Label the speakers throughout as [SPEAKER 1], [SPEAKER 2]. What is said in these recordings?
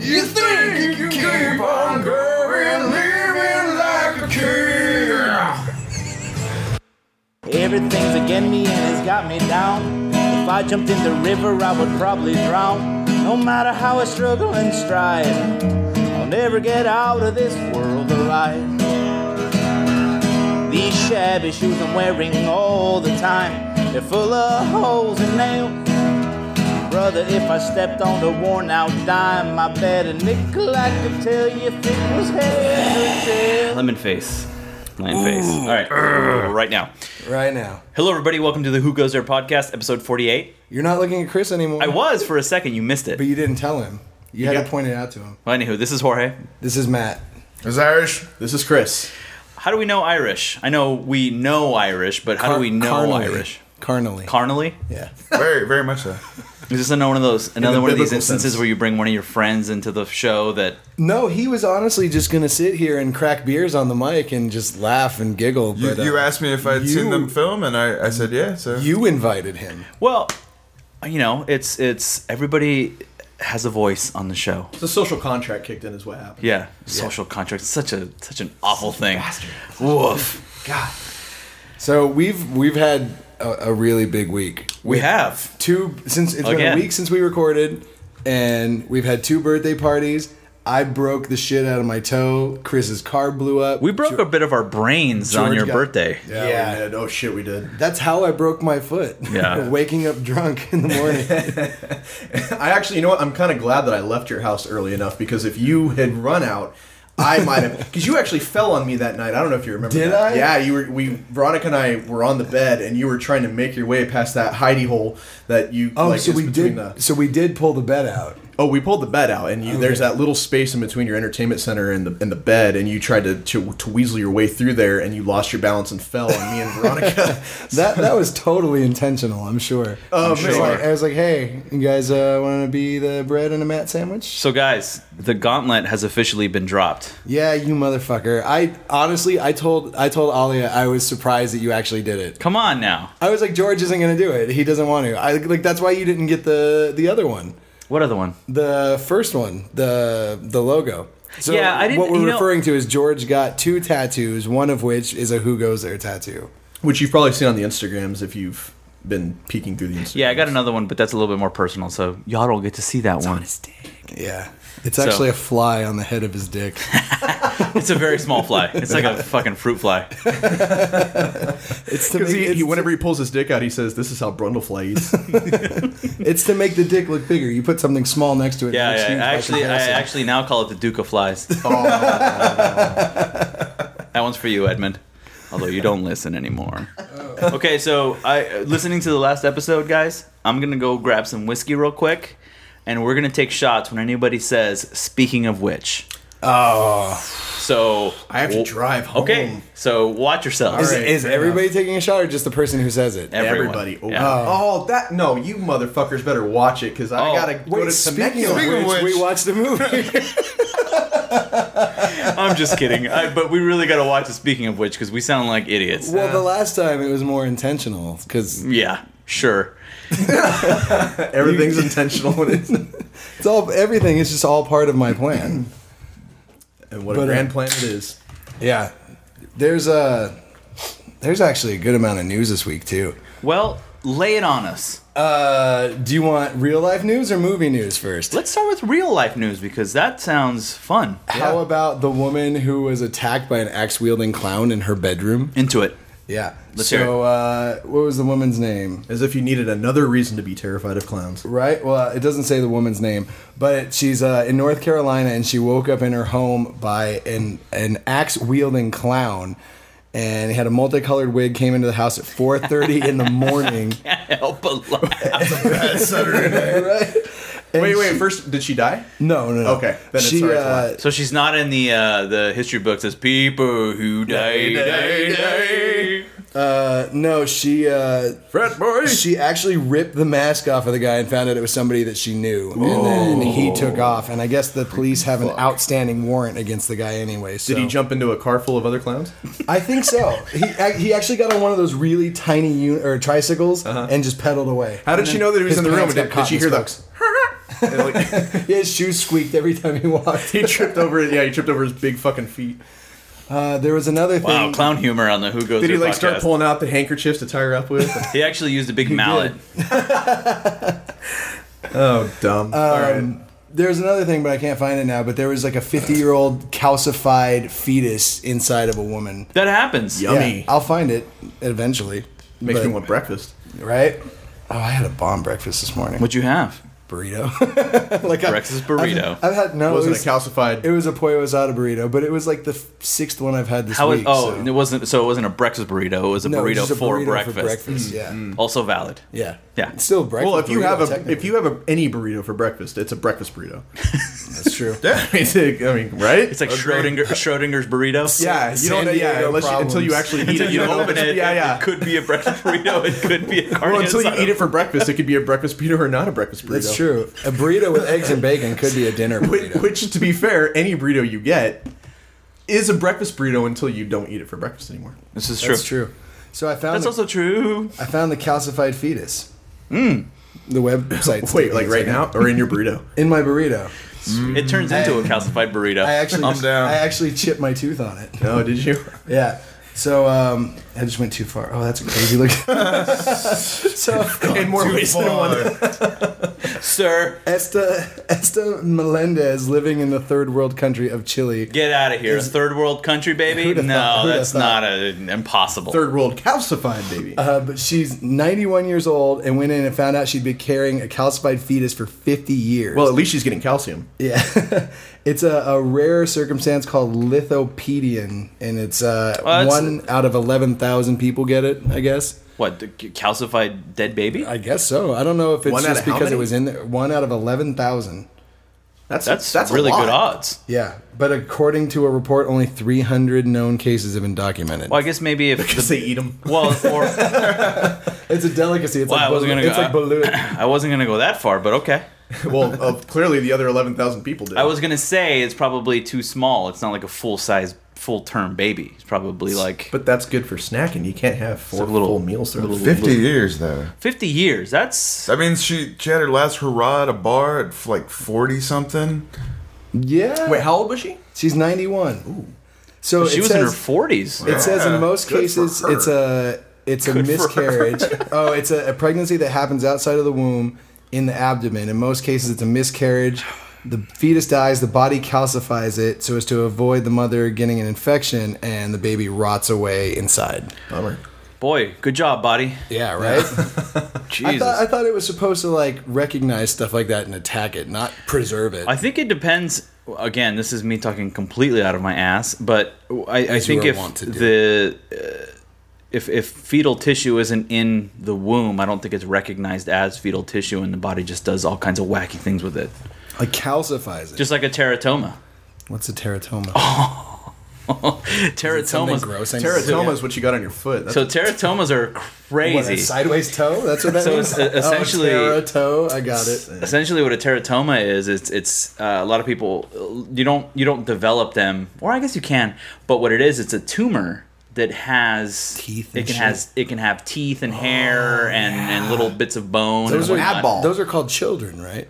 [SPEAKER 1] You think you can keep on going, living like a king?
[SPEAKER 2] Everything's against me and it's got me down. If I jumped in the river, I would probably drown. No matter how I struggle and strive, I'll never get out of this world alive. These shabby shoes I'm wearing all the time, they're full of holes and nails. Brother, if I stepped on a worn out dime, I bet a nickel I could tell you if it was head or tail.
[SPEAKER 3] Lemon face. Lemon face. All right. Right now.
[SPEAKER 1] Right now.
[SPEAKER 3] Hello, everybody. Welcome to the Who Goes There podcast, episode 48.
[SPEAKER 1] You're not looking at Chris anymore.
[SPEAKER 3] I was for a second. You missed it.
[SPEAKER 1] But you didn't tell him. You had
[SPEAKER 3] got-
[SPEAKER 1] to point it out to him.
[SPEAKER 3] Well, anywho, this is Jorge.
[SPEAKER 1] This is Matt.
[SPEAKER 4] This is Irish. This is Chris.
[SPEAKER 3] How do we know Irish? I know we know Irish, but how do we know
[SPEAKER 1] Carnally.
[SPEAKER 3] Irish?
[SPEAKER 1] Carnally.
[SPEAKER 3] Carnally?
[SPEAKER 1] yeah.
[SPEAKER 4] Very, very much so.
[SPEAKER 3] Is this another one of those another
[SPEAKER 4] the
[SPEAKER 3] one of these
[SPEAKER 4] biblical
[SPEAKER 3] instances
[SPEAKER 4] sense.
[SPEAKER 3] where you bring one of your friends into the show that
[SPEAKER 1] No, he was honestly just gonna sit here and crack beers on the mic and just laugh and giggle.
[SPEAKER 4] You,
[SPEAKER 1] But uh,
[SPEAKER 4] you asked me if I'd
[SPEAKER 1] you-
[SPEAKER 4] seen them film, and I, I said yeah. So
[SPEAKER 1] You invited him.
[SPEAKER 3] well, you know, it's it's everybody has a voice on the show.
[SPEAKER 5] The social contract kicked in is what happened.
[SPEAKER 3] Yeah, social contract. Such a such an awful thing. Woof.
[SPEAKER 5] God.
[SPEAKER 1] So we've we've had a, a really big week.
[SPEAKER 3] We have.
[SPEAKER 1] two since it's been
[SPEAKER 3] Again.
[SPEAKER 1] a week since we recorded, and we've had two birthday parties. I broke the shit out of my toe. Chris's car blew up.
[SPEAKER 3] We broke a bit of our brains on
[SPEAKER 1] George
[SPEAKER 3] your
[SPEAKER 1] got-
[SPEAKER 3] birthday.
[SPEAKER 5] Yeah.
[SPEAKER 1] Yeah.
[SPEAKER 5] we did. Oh shit, we did.
[SPEAKER 1] That's how I broke my foot.
[SPEAKER 3] Yeah.
[SPEAKER 1] Waking up drunk in the morning.
[SPEAKER 5] I actually, you know what? I'm kind of glad that I left your house early enough because if you had run out, I might have. Because you actually fell on me that night. I don't know if you remember.
[SPEAKER 1] Did I?
[SPEAKER 5] that. Yeah, you were. We Veronica and I were on the bed, and you were trying to make your way past that hidey hole that you.
[SPEAKER 1] Oh,
[SPEAKER 5] like,
[SPEAKER 1] so
[SPEAKER 5] is
[SPEAKER 1] we did.
[SPEAKER 5] between the-
[SPEAKER 1] So we did pull the bed out.
[SPEAKER 5] oh, we pulled the bed out, and you, there's that little space in between your entertainment center and the and the bed, and you tried to, to to weasel your way through there, and you lost your balance and fell on me and Veronica.
[SPEAKER 1] That that was totally intentional. I'm sure.
[SPEAKER 5] Oh,
[SPEAKER 1] I was,
[SPEAKER 5] man.
[SPEAKER 1] like, I was like, hey, you guys uh, want to be the bread and a mat sandwich?
[SPEAKER 3] So guys, the gauntlet has officially been dropped.
[SPEAKER 1] Yeah, you motherfucker. I honestly, I told I told Alia I was surprised that you actually did it.
[SPEAKER 3] Come on now.
[SPEAKER 1] I was like, George isn't gonna do it. He doesn't want to. I like that's why you didn't get the the other one,
[SPEAKER 3] What other one?
[SPEAKER 1] the first one, the the logo. So
[SPEAKER 3] Yeah, I didn't-
[SPEAKER 1] what
[SPEAKER 3] you
[SPEAKER 1] we're
[SPEAKER 3] know-
[SPEAKER 1] referring to is George got two tattoos, one of which is a Who Goes There tattoo.
[SPEAKER 5] which you've probably seen on the Instagrams if you've been peeking through the Instagram.
[SPEAKER 3] Yeah, I got another one, but that's a little bit more personal, so y'all don't get to see that one.
[SPEAKER 1] Yeah, it's actually a fly on the head of his dick.
[SPEAKER 3] It's a very small fly. It's like a fucking fruit fly.
[SPEAKER 1] It's to
[SPEAKER 5] Because
[SPEAKER 1] make,
[SPEAKER 5] he,
[SPEAKER 1] it's,
[SPEAKER 5] he, whenever he pulls his dick out, he says, "This is how Brundlefly eats."
[SPEAKER 1] it's to make the dick look bigger. You put something small next to it.
[SPEAKER 3] Yeah,
[SPEAKER 1] it looks
[SPEAKER 3] yeah.
[SPEAKER 1] huge by
[SPEAKER 3] I actually, I
[SPEAKER 1] comparison.
[SPEAKER 3] actually now call it the Duke of Flies. That one's for you, Edmund. Although you don't listen anymore. Okay, so I listening to the last episode, guys. I'm gonna go grab some whiskey real quick, and we're gonna take shots when anybody says "Speaking of which." Oh. So
[SPEAKER 5] I have to drive home.
[SPEAKER 3] Okay, so watch yourselves.
[SPEAKER 1] Is,
[SPEAKER 5] All right,
[SPEAKER 1] is
[SPEAKER 5] fair
[SPEAKER 1] everybody taking a shot or just the person who says it?
[SPEAKER 3] Everyone.
[SPEAKER 5] Everybody. Oh,
[SPEAKER 3] Yeah.
[SPEAKER 5] oh, that no, you motherfuckers better watch it because I
[SPEAKER 3] Oh.
[SPEAKER 5] gotta go to
[SPEAKER 1] speaking of
[SPEAKER 5] Temecula.
[SPEAKER 4] Speaking of
[SPEAKER 1] which,
[SPEAKER 4] which-
[SPEAKER 1] we watched the movie.
[SPEAKER 3] I'm just kidding. I, but we really gotta watch it. Speaking of which, because we sound like idiots.
[SPEAKER 1] well, the last time it was more intentional because
[SPEAKER 3] yeah, sure.
[SPEAKER 5] Everything's intentional. When it's, and
[SPEAKER 1] It's all everything is just all part of my plan.
[SPEAKER 5] what
[SPEAKER 1] But, uh,
[SPEAKER 5] a grand plan it is.
[SPEAKER 1] yeah. There's a there's actually a good amount of news this week too.
[SPEAKER 3] Well, lay it on us.
[SPEAKER 1] Uh, do you want real life news or movie news first?
[SPEAKER 3] Let's start with real life news because that sounds fun.
[SPEAKER 1] How about the woman who was attacked by an axe wielding clown in her bedroom?
[SPEAKER 3] Into it.
[SPEAKER 1] Yeah.
[SPEAKER 3] Let's
[SPEAKER 1] so
[SPEAKER 3] hear it.
[SPEAKER 1] uh what was the woman's name?
[SPEAKER 5] As if you needed another reason to be terrified of clowns.
[SPEAKER 1] Right? Well, it doesn't say the woman's name, but she's uh, in North Carolina and she woke up in her home by an, an axe wielding clown. And he had a multicolored wig. Came into the house at 4:30 in the morning.
[SPEAKER 3] Help but laugh.
[SPEAKER 1] Right? And
[SPEAKER 5] Wait,
[SPEAKER 1] she-
[SPEAKER 5] wait. First, did she die?
[SPEAKER 1] no, no, uh, no.
[SPEAKER 5] Okay, then it's sorry to laugh.
[SPEAKER 3] So she's not in the uh, the history books as people who die, die, die.
[SPEAKER 1] uh, no, she uh,
[SPEAKER 4] Frat boy.
[SPEAKER 1] she actually ripped the mask off of the guy and found out it was somebody that she knew, and then he took off. And I guess the police have an outstanding warrant against the guy anyway. So.
[SPEAKER 5] Did he jump into a car full of other clowns?
[SPEAKER 1] I think so. he ac- he actually got on one of those really tiny un- or tricycles and just pedaled away.
[SPEAKER 5] Uh-huh. How did she know that he was
[SPEAKER 1] His
[SPEAKER 5] in the room?
[SPEAKER 1] pants got
[SPEAKER 5] Did,
[SPEAKER 1] caught
[SPEAKER 5] did she
[SPEAKER 1] in
[SPEAKER 5] hear
[SPEAKER 1] his
[SPEAKER 5] the?
[SPEAKER 1] spokes.
[SPEAKER 5] And, like,
[SPEAKER 1] His shoes squeaked every time he walked.
[SPEAKER 5] he tripped over it. Yeah, he tripped over his big fucking feet.
[SPEAKER 1] Uh, there was another thing.
[SPEAKER 3] Wow, clown humor on the Who Goes
[SPEAKER 5] Did he
[SPEAKER 3] There
[SPEAKER 5] like start
[SPEAKER 3] podcast.
[SPEAKER 5] pulling out the handkerchiefs to tie her up with?
[SPEAKER 3] He actually used a big mallet.
[SPEAKER 5] oh, dumb. All right.
[SPEAKER 1] There's another thing, but I can't find it now. But there was like a 50 year old calcified fetus inside of a woman.
[SPEAKER 3] That happens.
[SPEAKER 5] Yum. Yummy.
[SPEAKER 1] I'll find it eventually.
[SPEAKER 5] Makes
[SPEAKER 1] but-
[SPEAKER 5] me want breakfast.
[SPEAKER 1] right. Oh, I had a bomb breakfast this morning.
[SPEAKER 3] What'd you have?
[SPEAKER 1] burrito? like I-
[SPEAKER 3] Breakfast burrito.
[SPEAKER 1] I've, I've had no. It was,
[SPEAKER 5] Wasn't it calcified?
[SPEAKER 1] it was a pollo asada burrito, but it was like the f- sixth one I've had this
[SPEAKER 3] How
[SPEAKER 1] week.
[SPEAKER 3] is, oh,
[SPEAKER 1] so-
[SPEAKER 3] it wasn't so it wasn't a breakfast burrito. It was a
[SPEAKER 1] No, it was
[SPEAKER 3] burrito,
[SPEAKER 1] just a
[SPEAKER 3] for,
[SPEAKER 1] burrito
[SPEAKER 3] breakfast. Mm.
[SPEAKER 1] Yeah,
[SPEAKER 3] Also valid.
[SPEAKER 1] yeah,
[SPEAKER 3] Yeah.
[SPEAKER 1] It's still breakfast.
[SPEAKER 5] well, if you
[SPEAKER 1] burrito,
[SPEAKER 5] have a
[SPEAKER 1] technically.
[SPEAKER 5] if you have a, any burrito for breakfast, it's a breakfast burrito.
[SPEAKER 1] that's true.
[SPEAKER 5] I mean, it's like- I mean, right?
[SPEAKER 3] It's like Schrodinger, Schrodinger's burrito.
[SPEAKER 5] yeah, you
[SPEAKER 1] San
[SPEAKER 5] don't yeah,
[SPEAKER 1] Diego
[SPEAKER 5] unless you, until you
[SPEAKER 1] problems.
[SPEAKER 5] actually eat
[SPEAKER 3] Until
[SPEAKER 5] it,
[SPEAKER 3] you
[SPEAKER 5] don't know
[SPEAKER 3] open
[SPEAKER 5] if it's-
[SPEAKER 3] it,
[SPEAKER 5] Yeah, yeah.
[SPEAKER 3] it could be a breakfast burrito. It could be a carne
[SPEAKER 5] well, until you
[SPEAKER 3] asada.
[SPEAKER 5] eat it for breakfast, it could be a breakfast burrito or not a breakfast burrito.
[SPEAKER 1] That's true. A burrito with eggs and bacon could be a dinner
[SPEAKER 5] Which,
[SPEAKER 1] burrito.
[SPEAKER 5] which, to be fair, any burrito you get is a breakfast burrito until you don't eat it for breakfast anymore.
[SPEAKER 3] This is true.
[SPEAKER 1] That's
[SPEAKER 3] That's,
[SPEAKER 1] true. So I found the,
[SPEAKER 3] also true.
[SPEAKER 1] I found the calcified fetus. Mm. The website.
[SPEAKER 5] Wait, like right now or in your burrito?
[SPEAKER 1] in my burrito.
[SPEAKER 3] It turns into a calcified burrito.
[SPEAKER 1] I actually
[SPEAKER 4] I'm down.
[SPEAKER 1] I actually chipped my tooth on it.
[SPEAKER 5] No, did you?
[SPEAKER 1] Yeah. So um, I just went too far. Oh, that's a crazy look. so
[SPEAKER 5] In more ways than one.
[SPEAKER 3] Sir,
[SPEAKER 1] Esta Esta Melendez living in the third world country of Chile.
[SPEAKER 3] get out of here. Third world country, baby?
[SPEAKER 1] Who'da
[SPEAKER 3] No,
[SPEAKER 1] thought- who'da
[SPEAKER 3] that's
[SPEAKER 1] thought?
[SPEAKER 3] not a, impossible.
[SPEAKER 5] Third world calcified baby.
[SPEAKER 1] Uh, but she's 91 years old and went in and found out she'd been carrying a calcified fetus for 50 years.
[SPEAKER 5] well, at least she's getting calcium.
[SPEAKER 1] Yeah, it's a, a rare circumstance called lithopedian, and it's, uh,
[SPEAKER 3] Well, it's-
[SPEAKER 1] one out of eleven thousand people get it. I guess.
[SPEAKER 3] What, the c- calcified dead baby?
[SPEAKER 1] I guess so. I don't know if it's
[SPEAKER 5] One out
[SPEAKER 1] just
[SPEAKER 5] of how
[SPEAKER 1] because it
[SPEAKER 5] many?
[SPEAKER 1] was in there. One out of eleven thousand.
[SPEAKER 5] That's
[SPEAKER 3] that's,
[SPEAKER 5] that's, that's a
[SPEAKER 3] really
[SPEAKER 5] lot.
[SPEAKER 3] good odds.
[SPEAKER 1] Yeah, but according to a report, only three hundred known cases have been documented.
[SPEAKER 3] Well, I guess maybe if
[SPEAKER 5] Because
[SPEAKER 3] the-
[SPEAKER 5] they eat them.
[SPEAKER 3] well, or
[SPEAKER 1] It's a delicacy. It's
[SPEAKER 3] Well,
[SPEAKER 1] like
[SPEAKER 3] I was
[SPEAKER 1] bulu-
[SPEAKER 3] gonna go-
[SPEAKER 1] it's like balut.
[SPEAKER 3] I wasn't gonna go that far, but okay.
[SPEAKER 5] well, uh, clearly the other eleven thousand people did.
[SPEAKER 3] I was gonna say it's probably too small. It's not like a full size, full term baby. It's probably like
[SPEAKER 5] but that's good for snacking. You can't have four
[SPEAKER 3] It's a little-
[SPEAKER 5] full meals. Little,
[SPEAKER 4] Fifty years though.
[SPEAKER 3] fifty years. That's
[SPEAKER 4] That means she she had her last hurrah at a bar at like forty something.
[SPEAKER 1] Yeah.
[SPEAKER 5] Wait, how old was she?
[SPEAKER 1] she's ninety-one. So
[SPEAKER 3] she
[SPEAKER 1] it
[SPEAKER 3] was
[SPEAKER 1] says,
[SPEAKER 3] in her forties.
[SPEAKER 1] It says in most
[SPEAKER 4] good for
[SPEAKER 1] cases
[SPEAKER 4] her.
[SPEAKER 1] it's a it's a miscarriage. oh, it's a, a pregnancy that happens outside of the womb in the abdomen. In most cases it's a miscarriage. The fetus dies, the body calcifies it so as to avoid the mother getting an infection and the baby rots away inside.
[SPEAKER 5] Bummer.
[SPEAKER 3] Boy, good job, body.
[SPEAKER 1] Yeah, right? I,
[SPEAKER 3] Jesus.
[SPEAKER 1] thought, I thought it was supposed to like recognize stuff like that and attack it, not preserve it.
[SPEAKER 3] I think it depends. Again, this is me talking completely out of my ass, but I, I
[SPEAKER 1] As you
[SPEAKER 3] think
[SPEAKER 1] are
[SPEAKER 3] if
[SPEAKER 1] wont to do.
[SPEAKER 3] the uh, if if fetal tissue isn't in the womb, I don't think it's recognized as fetal tissue, and the body just does all kinds of wacky things with it,
[SPEAKER 1] Like calcifies it.
[SPEAKER 3] just like a teratoma.
[SPEAKER 1] What's a teratoma?
[SPEAKER 3] Teratomas.
[SPEAKER 5] Teratoma is what you got on your foot. That's
[SPEAKER 3] So teratomas are
[SPEAKER 1] What, a
[SPEAKER 3] crazy.
[SPEAKER 1] sideways toe? That's what that
[SPEAKER 3] So
[SPEAKER 1] means?
[SPEAKER 3] it's, uh, essentially-
[SPEAKER 1] Oh, a toe? I got it.
[SPEAKER 3] Essentially, what a teratoma is, it's it's uh, a lot of people uh, you don't you don't develop them, or I guess you can, but what it is, it's a tumor that has
[SPEAKER 1] Teeth
[SPEAKER 3] It
[SPEAKER 1] and
[SPEAKER 3] can
[SPEAKER 1] shit.
[SPEAKER 3] has it can have teeth and hair
[SPEAKER 5] Oh,
[SPEAKER 3] and, and little bits of bone.
[SPEAKER 5] Those
[SPEAKER 3] and
[SPEAKER 5] are
[SPEAKER 3] whatnot.
[SPEAKER 5] ab ball.
[SPEAKER 1] Those are called children, right?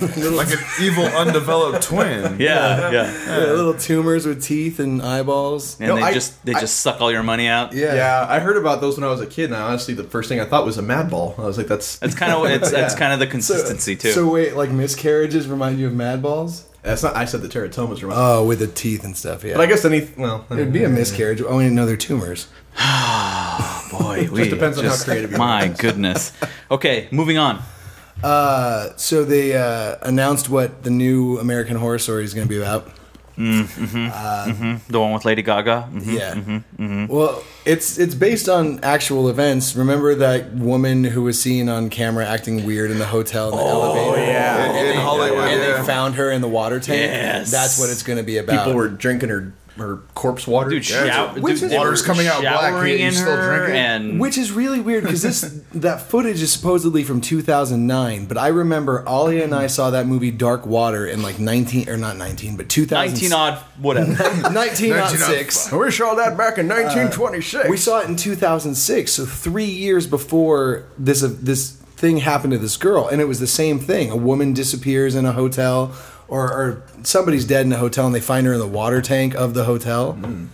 [SPEAKER 4] Like an evil undeveloped twin.
[SPEAKER 3] Yeah, yeah.
[SPEAKER 1] Yeah, little tumors with teeth and eyeballs.
[SPEAKER 3] And
[SPEAKER 5] No,
[SPEAKER 3] they
[SPEAKER 5] I-
[SPEAKER 3] just they
[SPEAKER 5] I-
[SPEAKER 3] just suck all your money out.
[SPEAKER 1] Yeah.
[SPEAKER 5] Yeah, I heard about those when I was a kid, and I honestly, the first thing I thought was a mad ball. I was like, that's
[SPEAKER 3] That's kind of it's that's
[SPEAKER 5] Yeah.
[SPEAKER 3] kind of the consistency too.
[SPEAKER 1] So wait, like miscarriages remind you of mad balls?
[SPEAKER 5] that's not. I said the teratomas were.
[SPEAKER 1] Oh, with the teeth and stuff. Yeah,
[SPEAKER 5] but I guess any well,
[SPEAKER 1] it'd be a miscarriage. Oh, we didn't know they're tumors.
[SPEAKER 3] Boy, we
[SPEAKER 5] depends on how creative you are.
[SPEAKER 3] My goodness. Okay, moving on.
[SPEAKER 1] Uh, so they uh, announced what the new American Horror Story is going to be about.
[SPEAKER 3] The one with Lady Gaga.
[SPEAKER 5] Mm-hmm.
[SPEAKER 3] Mhm.
[SPEAKER 1] Yeah. Well, it's it's based on actual events. Remember that woman who was seen on camera acting weird in the hotel in the elevator? Oh yeah.
[SPEAKER 4] In, in Hollywood.
[SPEAKER 1] And
[SPEAKER 4] yeah.
[SPEAKER 1] they found her in the water tank.
[SPEAKER 3] Yes.
[SPEAKER 1] That's what it's going to be about.
[SPEAKER 5] people were drinking her her corpse water.
[SPEAKER 3] Dude, shower,
[SPEAKER 1] Which
[SPEAKER 3] dude,
[SPEAKER 1] is-
[SPEAKER 3] they were
[SPEAKER 4] Water's coming out black,
[SPEAKER 3] showering
[SPEAKER 4] yet you
[SPEAKER 3] in
[SPEAKER 4] still
[SPEAKER 3] her
[SPEAKER 4] drink it?
[SPEAKER 3] and
[SPEAKER 1] Which is really weird because this that footage is supposedly from 2009, but I remember Ollie and I saw that movie Dark Water in like 19 or not 19, but
[SPEAKER 3] 19
[SPEAKER 1] 2000
[SPEAKER 3] odd whatever.
[SPEAKER 1] 1906.
[SPEAKER 5] we saw that back in 1926.
[SPEAKER 1] We saw it in 2006, so three years before this uh, this thing happened to this girl, and it was the same thing. A woman disappears in a hotel, or, or somebody's dead in a hotel, and they find her in the water tank of the hotel.
[SPEAKER 5] Hmm.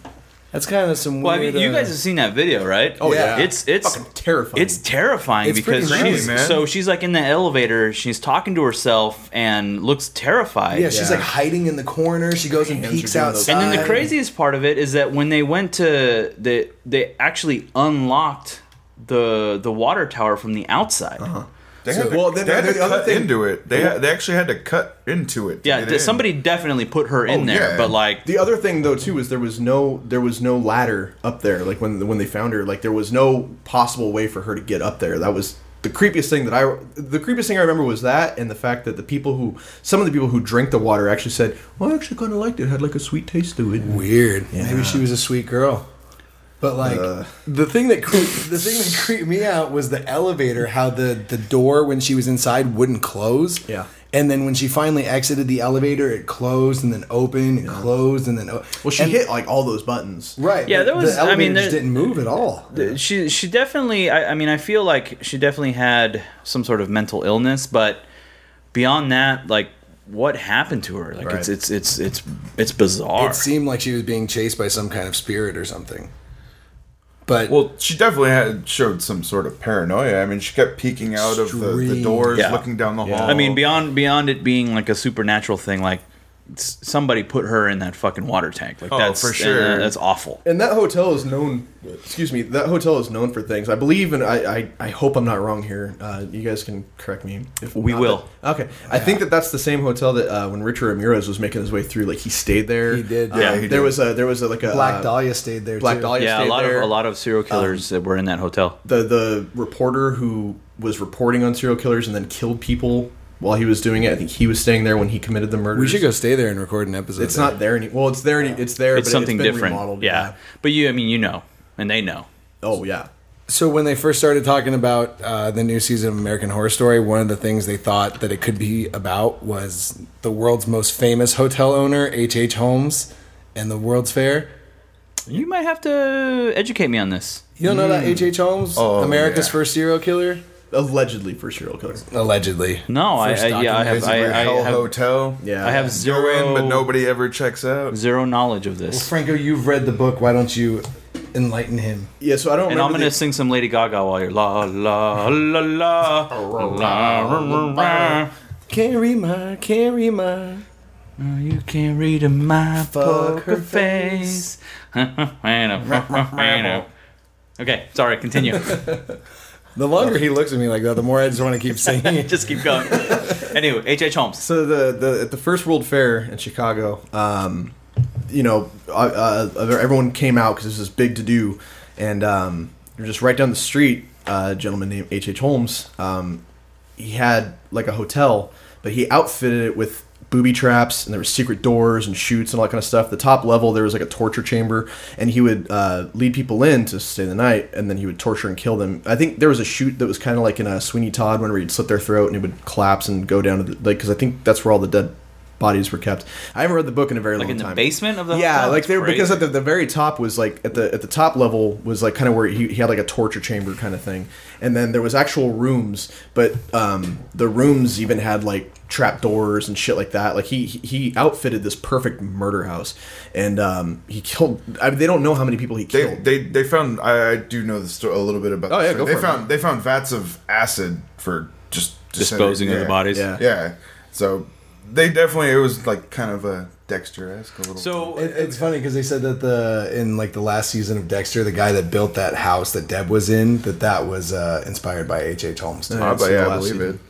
[SPEAKER 1] That's kind of some.
[SPEAKER 3] Well, I
[SPEAKER 1] weird,
[SPEAKER 3] mean, you
[SPEAKER 1] uh,
[SPEAKER 3] guys have seen that video, right? Oh
[SPEAKER 1] yeah.
[SPEAKER 3] it's it's
[SPEAKER 5] Fucking terrifying.
[SPEAKER 3] It's terrifying
[SPEAKER 1] It's pretty
[SPEAKER 3] because
[SPEAKER 1] gnarly,
[SPEAKER 3] she's
[SPEAKER 4] man.
[SPEAKER 3] so she's like in the elevator. She's talking to herself and looks terrified.
[SPEAKER 1] yeah, she's
[SPEAKER 5] Yeah.
[SPEAKER 1] like hiding in the corner. She goes and
[SPEAKER 5] Hands are
[SPEAKER 1] peeks
[SPEAKER 5] doing those-
[SPEAKER 1] outside.
[SPEAKER 3] And then the craziest part of it is that when they went to the they actually unlocked the the water tower from the outside.
[SPEAKER 4] They
[SPEAKER 5] So-
[SPEAKER 4] had to,
[SPEAKER 5] well, then
[SPEAKER 4] they had
[SPEAKER 5] the
[SPEAKER 4] to
[SPEAKER 5] other
[SPEAKER 4] cut
[SPEAKER 5] thing-
[SPEAKER 4] into it. They they actually had to cut into it. to
[SPEAKER 3] Yeah,
[SPEAKER 4] get
[SPEAKER 3] th-
[SPEAKER 4] in.
[SPEAKER 3] somebody definitely put her in
[SPEAKER 4] Oh,
[SPEAKER 3] there,
[SPEAKER 4] yeah.
[SPEAKER 3] but like
[SPEAKER 5] The other thing though too is there was no there was no ladder up there. Like when when they found her, like there was no possible way for her to get up there. That was the creepiest thing that I the creepiest thing I remember was that and the fact that the people who some of the people who drank the water actually said, "Well, I actually kind of liked it. It had like a sweet taste to it."
[SPEAKER 1] Weird. Maybe she was a sweet girl. But like
[SPEAKER 5] Uh.
[SPEAKER 1] the thing that cre- the thing that creeped me out was the elevator. How the the door when she was inside wouldn't close.
[SPEAKER 5] Yeah.
[SPEAKER 1] And then when she finally exited the elevator, it closed and then opened, and closed and then o-
[SPEAKER 5] Well, she
[SPEAKER 1] and-
[SPEAKER 5] hit like all those buttons.
[SPEAKER 1] right.
[SPEAKER 3] Yeah,
[SPEAKER 1] the-
[SPEAKER 3] there was-
[SPEAKER 1] the
[SPEAKER 3] I mean,
[SPEAKER 1] elevator just
[SPEAKER 3] there-
[SPEAKER 1] didn't move at all.
[SPEAKER 3] Uh, she she definitely I, I mean I feel like she definitely had some sort of mental illness, but beyond that, like what happened to her? Like it's
[SPEAKER 5] Right.
[SPEAKER 3] it's it's it's it's bizarre.
[SPEAKER 1] It seemed like she was being chased by some kind of spirit or something. But
[SPEAKER 4] Well, she definitely had showed some sort of paranoia. I mean, she kept peeking out of the, the
[SPEAKER 1] Extreme.
[SPEAKER 4] doors,
[SPEAKER 3] Yeah.
[SPEAKER 4] looking down the hall.
[SPEAKER 3] I mean beyond beyond it being like a supernatural thing, like s- somebody put her in that fucking water tank. Like
[SPEAKER 4] Oh,
[SPEAKER 3] that's
[SPEAKER 4] for
[SPEAKER 3] and, uh,
[SPEAKER 4] sure.
[SPEAKER 3] that's awful.
[SPEAKER 5] And that hotel is known. Excuse me. That hotel is known for things. I believe, and I, I, I hope I'm not wrong here. Uh, you guys can correct me if
[SPEAKER 3] We
[SPEAKER 5] not,
[SPEAKER 3] will.
[SPEAKER 5] but- okay. I think that that's the same hotel that uh, when Richard Ramirez was making his way through, like he stayed there.
[SPEAKER 1] He did,
[SPEAKER 5] Uh,
[SPEAKER 1] yeah,
[SPEAKER 3] he
[SPEAKER 5] there
[SPEAKER 4] did.
[SPEAKER 5] was a there was a, like a
[SPEAKER 1] Black
[SPEAKER 5] uh,
[SPEAKER 1] Dahlia stayed there.
[SPEAKER 5] Black
[SPEAKER 1] too.
[SPEAKER 5] Dahlia.
[SPEAKER 3] Yeah, a
[SPEAKER 5] stayed
[SPEAKER 3] lot
[SPEAKER 5] there.
[SPEAKER 3] of a lot of serial killers that were in that hotel.
[SPEAKER 5] the the reporter who was reporting on serial killers and then killed people while he was doing it. I think he was staying there when he committed the murder.
[SPEAKER 1] We should go stay there and record an episode.
[SPEAKER 5] It's
[SPEAKER 1] there.
[SPEAKER 5] not there any. Well, it's there. Any, it's there.
[SPEAKER 3] It's
[SPEAKER 5] but
[SPEAKER 3] something
[SPEAKER 5] it's been
[SPEAKER 3] different.
[SPEAKER 5] Remodeled.
[SPEAKER 3] yeah. But you I mean you know. And they know.
[SPEAKER 5] Oh yeah.
[SPEAKER 1] So when they first started talking about uh, the new season of American Horror Story, one of the things they thought that it could be about was the world's most famous hotel owner, H. H. Holmes, and the World's Fair.
[SPEAKER 3] You might have to educate me on this.
[SPEAKER 1] You don't know that H. H. Holmes,
[SPEAKER 4] Oh,
[SPEAKER 1] America's
[SPEAKER 4] yeah.
[SPEAKER 1] first serial killer,
[SPEAKER 5] Allegedly for serial killers.
[SPEAKER 1] allegedly.
[SPEAKER 3] No, I,
[SPEAKER 1] First
[SPEAKER 3] I yeah, I have
[SPEAKER 4] Is it your
[SPEAKER 3] I, I
[SPEAKER 4] hell
[SPEAKER 3] have
[SPEAKER 4] hotel.
[SPEAKER 5] Yeah.
[SPEAKER 3] I have
[SPEAKER 4] Go
[SPEAKER 3] zero,
[SPEAKER 4] in, but nobody ever checks out.
[SPEAKER 3] zero knowledge of this.
[SPEAKER 1] Franco, you've read the book. Why don't you enlighten him?
[SPEAKER 5] Yeah, so I don't.
[SPEAKER 3] And I'm
[SPEAKER 5] remember
[SPEAKER 3] gonna
[SPEAKER 5] the-
[SPEAKER 3] sing some Lady Gaga while you're la la la la la. la, la.
[SPEAKER 1] Carry my, carry my.
[SPEAKER 3] You can't read in my
[SPEAKER 1] Fuck
[SPEAKER 3] poker
[SPEAKER 1] her
[SPEAKER 3] face. okay, sorry. Continue.
[SPEAKER 1] The longer he looks at me like that, the more I just want to keep singing it.
[SPEAKER 3] Just keep going. Anyway, H. H. Holmes.
[SPEAKER 5] So the the at the first World Fair in Chicago, um, you know, uh, uh, everyone came out because this was big to do, and um, just right down the street, uh, a gentleman named H. H. Holmes, um, he had like a hotel, but he outfitted it with booby traps and there were secret doors and chutes and all that kind of stuff. The top level there was like a torture chamber, and he would uh, lead people in to stay the night, and then he would torture and kill them. I think there was a chute that was kind of like in a Sweeney Todd one where he'd slit their throat and it would collapse and go down to the like because I think that's where all the dead bodies were kept. I haven't read the book in a very
[SPEAKER 3] Like
[SPEAKER 5] long
[SPEAKER 3] in
[SPEAKER 5] time.
[SPEAKER 3] the basement of the
[SPEAKER 5] Yeah,
[SPEAKER 3] hotel?
[SPEAKER 5] like they
[SPEAKER 3] That's
[SPEAKER 5] were because
[SPEAKER 3] crazy.
[SPEAKER 5] at the, the very top was like at the at the top level was like kind of where he, he had like a torture chamber kind of thing, and then there was actual rooms, but um, the rooms even had like trap doors and shit like that. Like he he outfitted this perfect murder house, and um, he killed. I mean, they don't know how many people he
[SPEAKER 4] They,
[SPEAKER 5] killed.
[SPEAKER 4] they they found I, I do know the story a little bit about.
[SPEAKER 5] Oh,
[SPEAKER 4] the
[SPEAKER 5] yeah,
[SPEAKER 4] story.
[SPEAKER 5] go for
[SPEAKER 4] they
[SPEAKER 5] it,
[SPEAKER 4] found
[SPEAKER 5] man.
[SPEAKER 4] they found vats of acid for just
[SPEAKER 3] Disposing
[SPEAKER 4] disintegr-
[SPEAKER 3] of the bodies.
[SPEAKER 5] yeah.
[SPEAKER 4] Yeah, so they definitely it was like kind of a Dexter esque a little.
[SPEAKER 3] So
[SPEAKER 1] It, it's funny because they said that the in like the last season of Dexter, the guy that built that house that Deb was in, that that was uh, inspired by H. H. Holmes. too.
[SPEAKER 4] Uh,
[SPEAKER 5] it's
[SPEAKER 4] but
[SPEAKER 5] in the
[SPEAKER 4] yeah, I
[SPEAKER 5] last
[SPEAKER 4] believe
[SPEAKER 5] season.
[SPEAKER 4] it.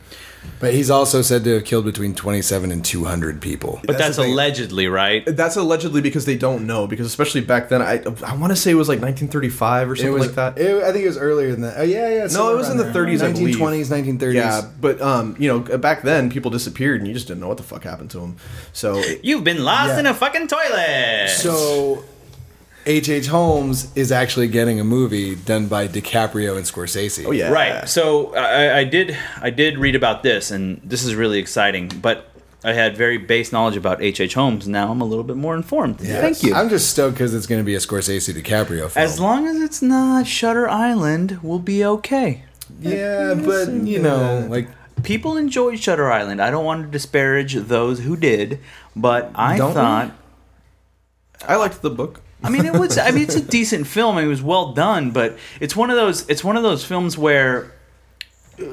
[SPEAKER 1] But he's also said to have killed between 27 and 200 people.
[SPEAKER 3] but
[SPEAKER 5] that's
[SPEAKER 3] that's
[SPEAKER 5] the thing.
[SPEAKER 3] allegedly right.
[SPEAKER 5] That's allegedly because they don't know because especially back then I I want to say it was like 1935 or
[SPEAKER 1] It
[SPEAKER 5] something
[SPEAKER 1] was,
[SPEAKER 5] like that.
[SPEAKER 1] it- I think it was earlier than that. Oh yeah, yeah.
[SPEAKER 5] No, it was in the 30s, I believe.
[SPEAKER 1] 1920s, 1930s.
[SPEAKER 5] Yeah, but um, you know, back then people disappeared and you just didn't know what the fuck happened to them. So
[SPEAKER 3] You've been lost
[SPEAKER 1] Yeah.
[SPEAKER 3] in a fucking toilet.
[SPEAKER 1] So, H. H. Holmes is actually getting a movie done by DiCaprio and Scorsese.
[SPEAKER 5] oh yeah,
[SPEAKER 3] Right. So I, I did I did read about this, and this is really exciting. But I had very base knowledge about H.H. H. Holmes. Now I'm a little bit more informed. Thank you.
[SPEAKER 1] I'm just stoked because it's going to be a Scorsese DiCaprio film.
[SPEAKER 3] as long as it's not Shutter Island, we'll be okay.
[SPEAKER 1] Yeah, but you know, like
[SPEAKER 3] People enjoyed Shutter Island. I don't want to disparage those who did, but I
[SPEAKER 1] Don't we?
[SPEAKER 3] thought
[SPEAKER 5] I liked the book.
[SPEAKER 3] I mean, it was. I mean, it's a decent film. It was well done, but it's one of those. It's one of those films where uh,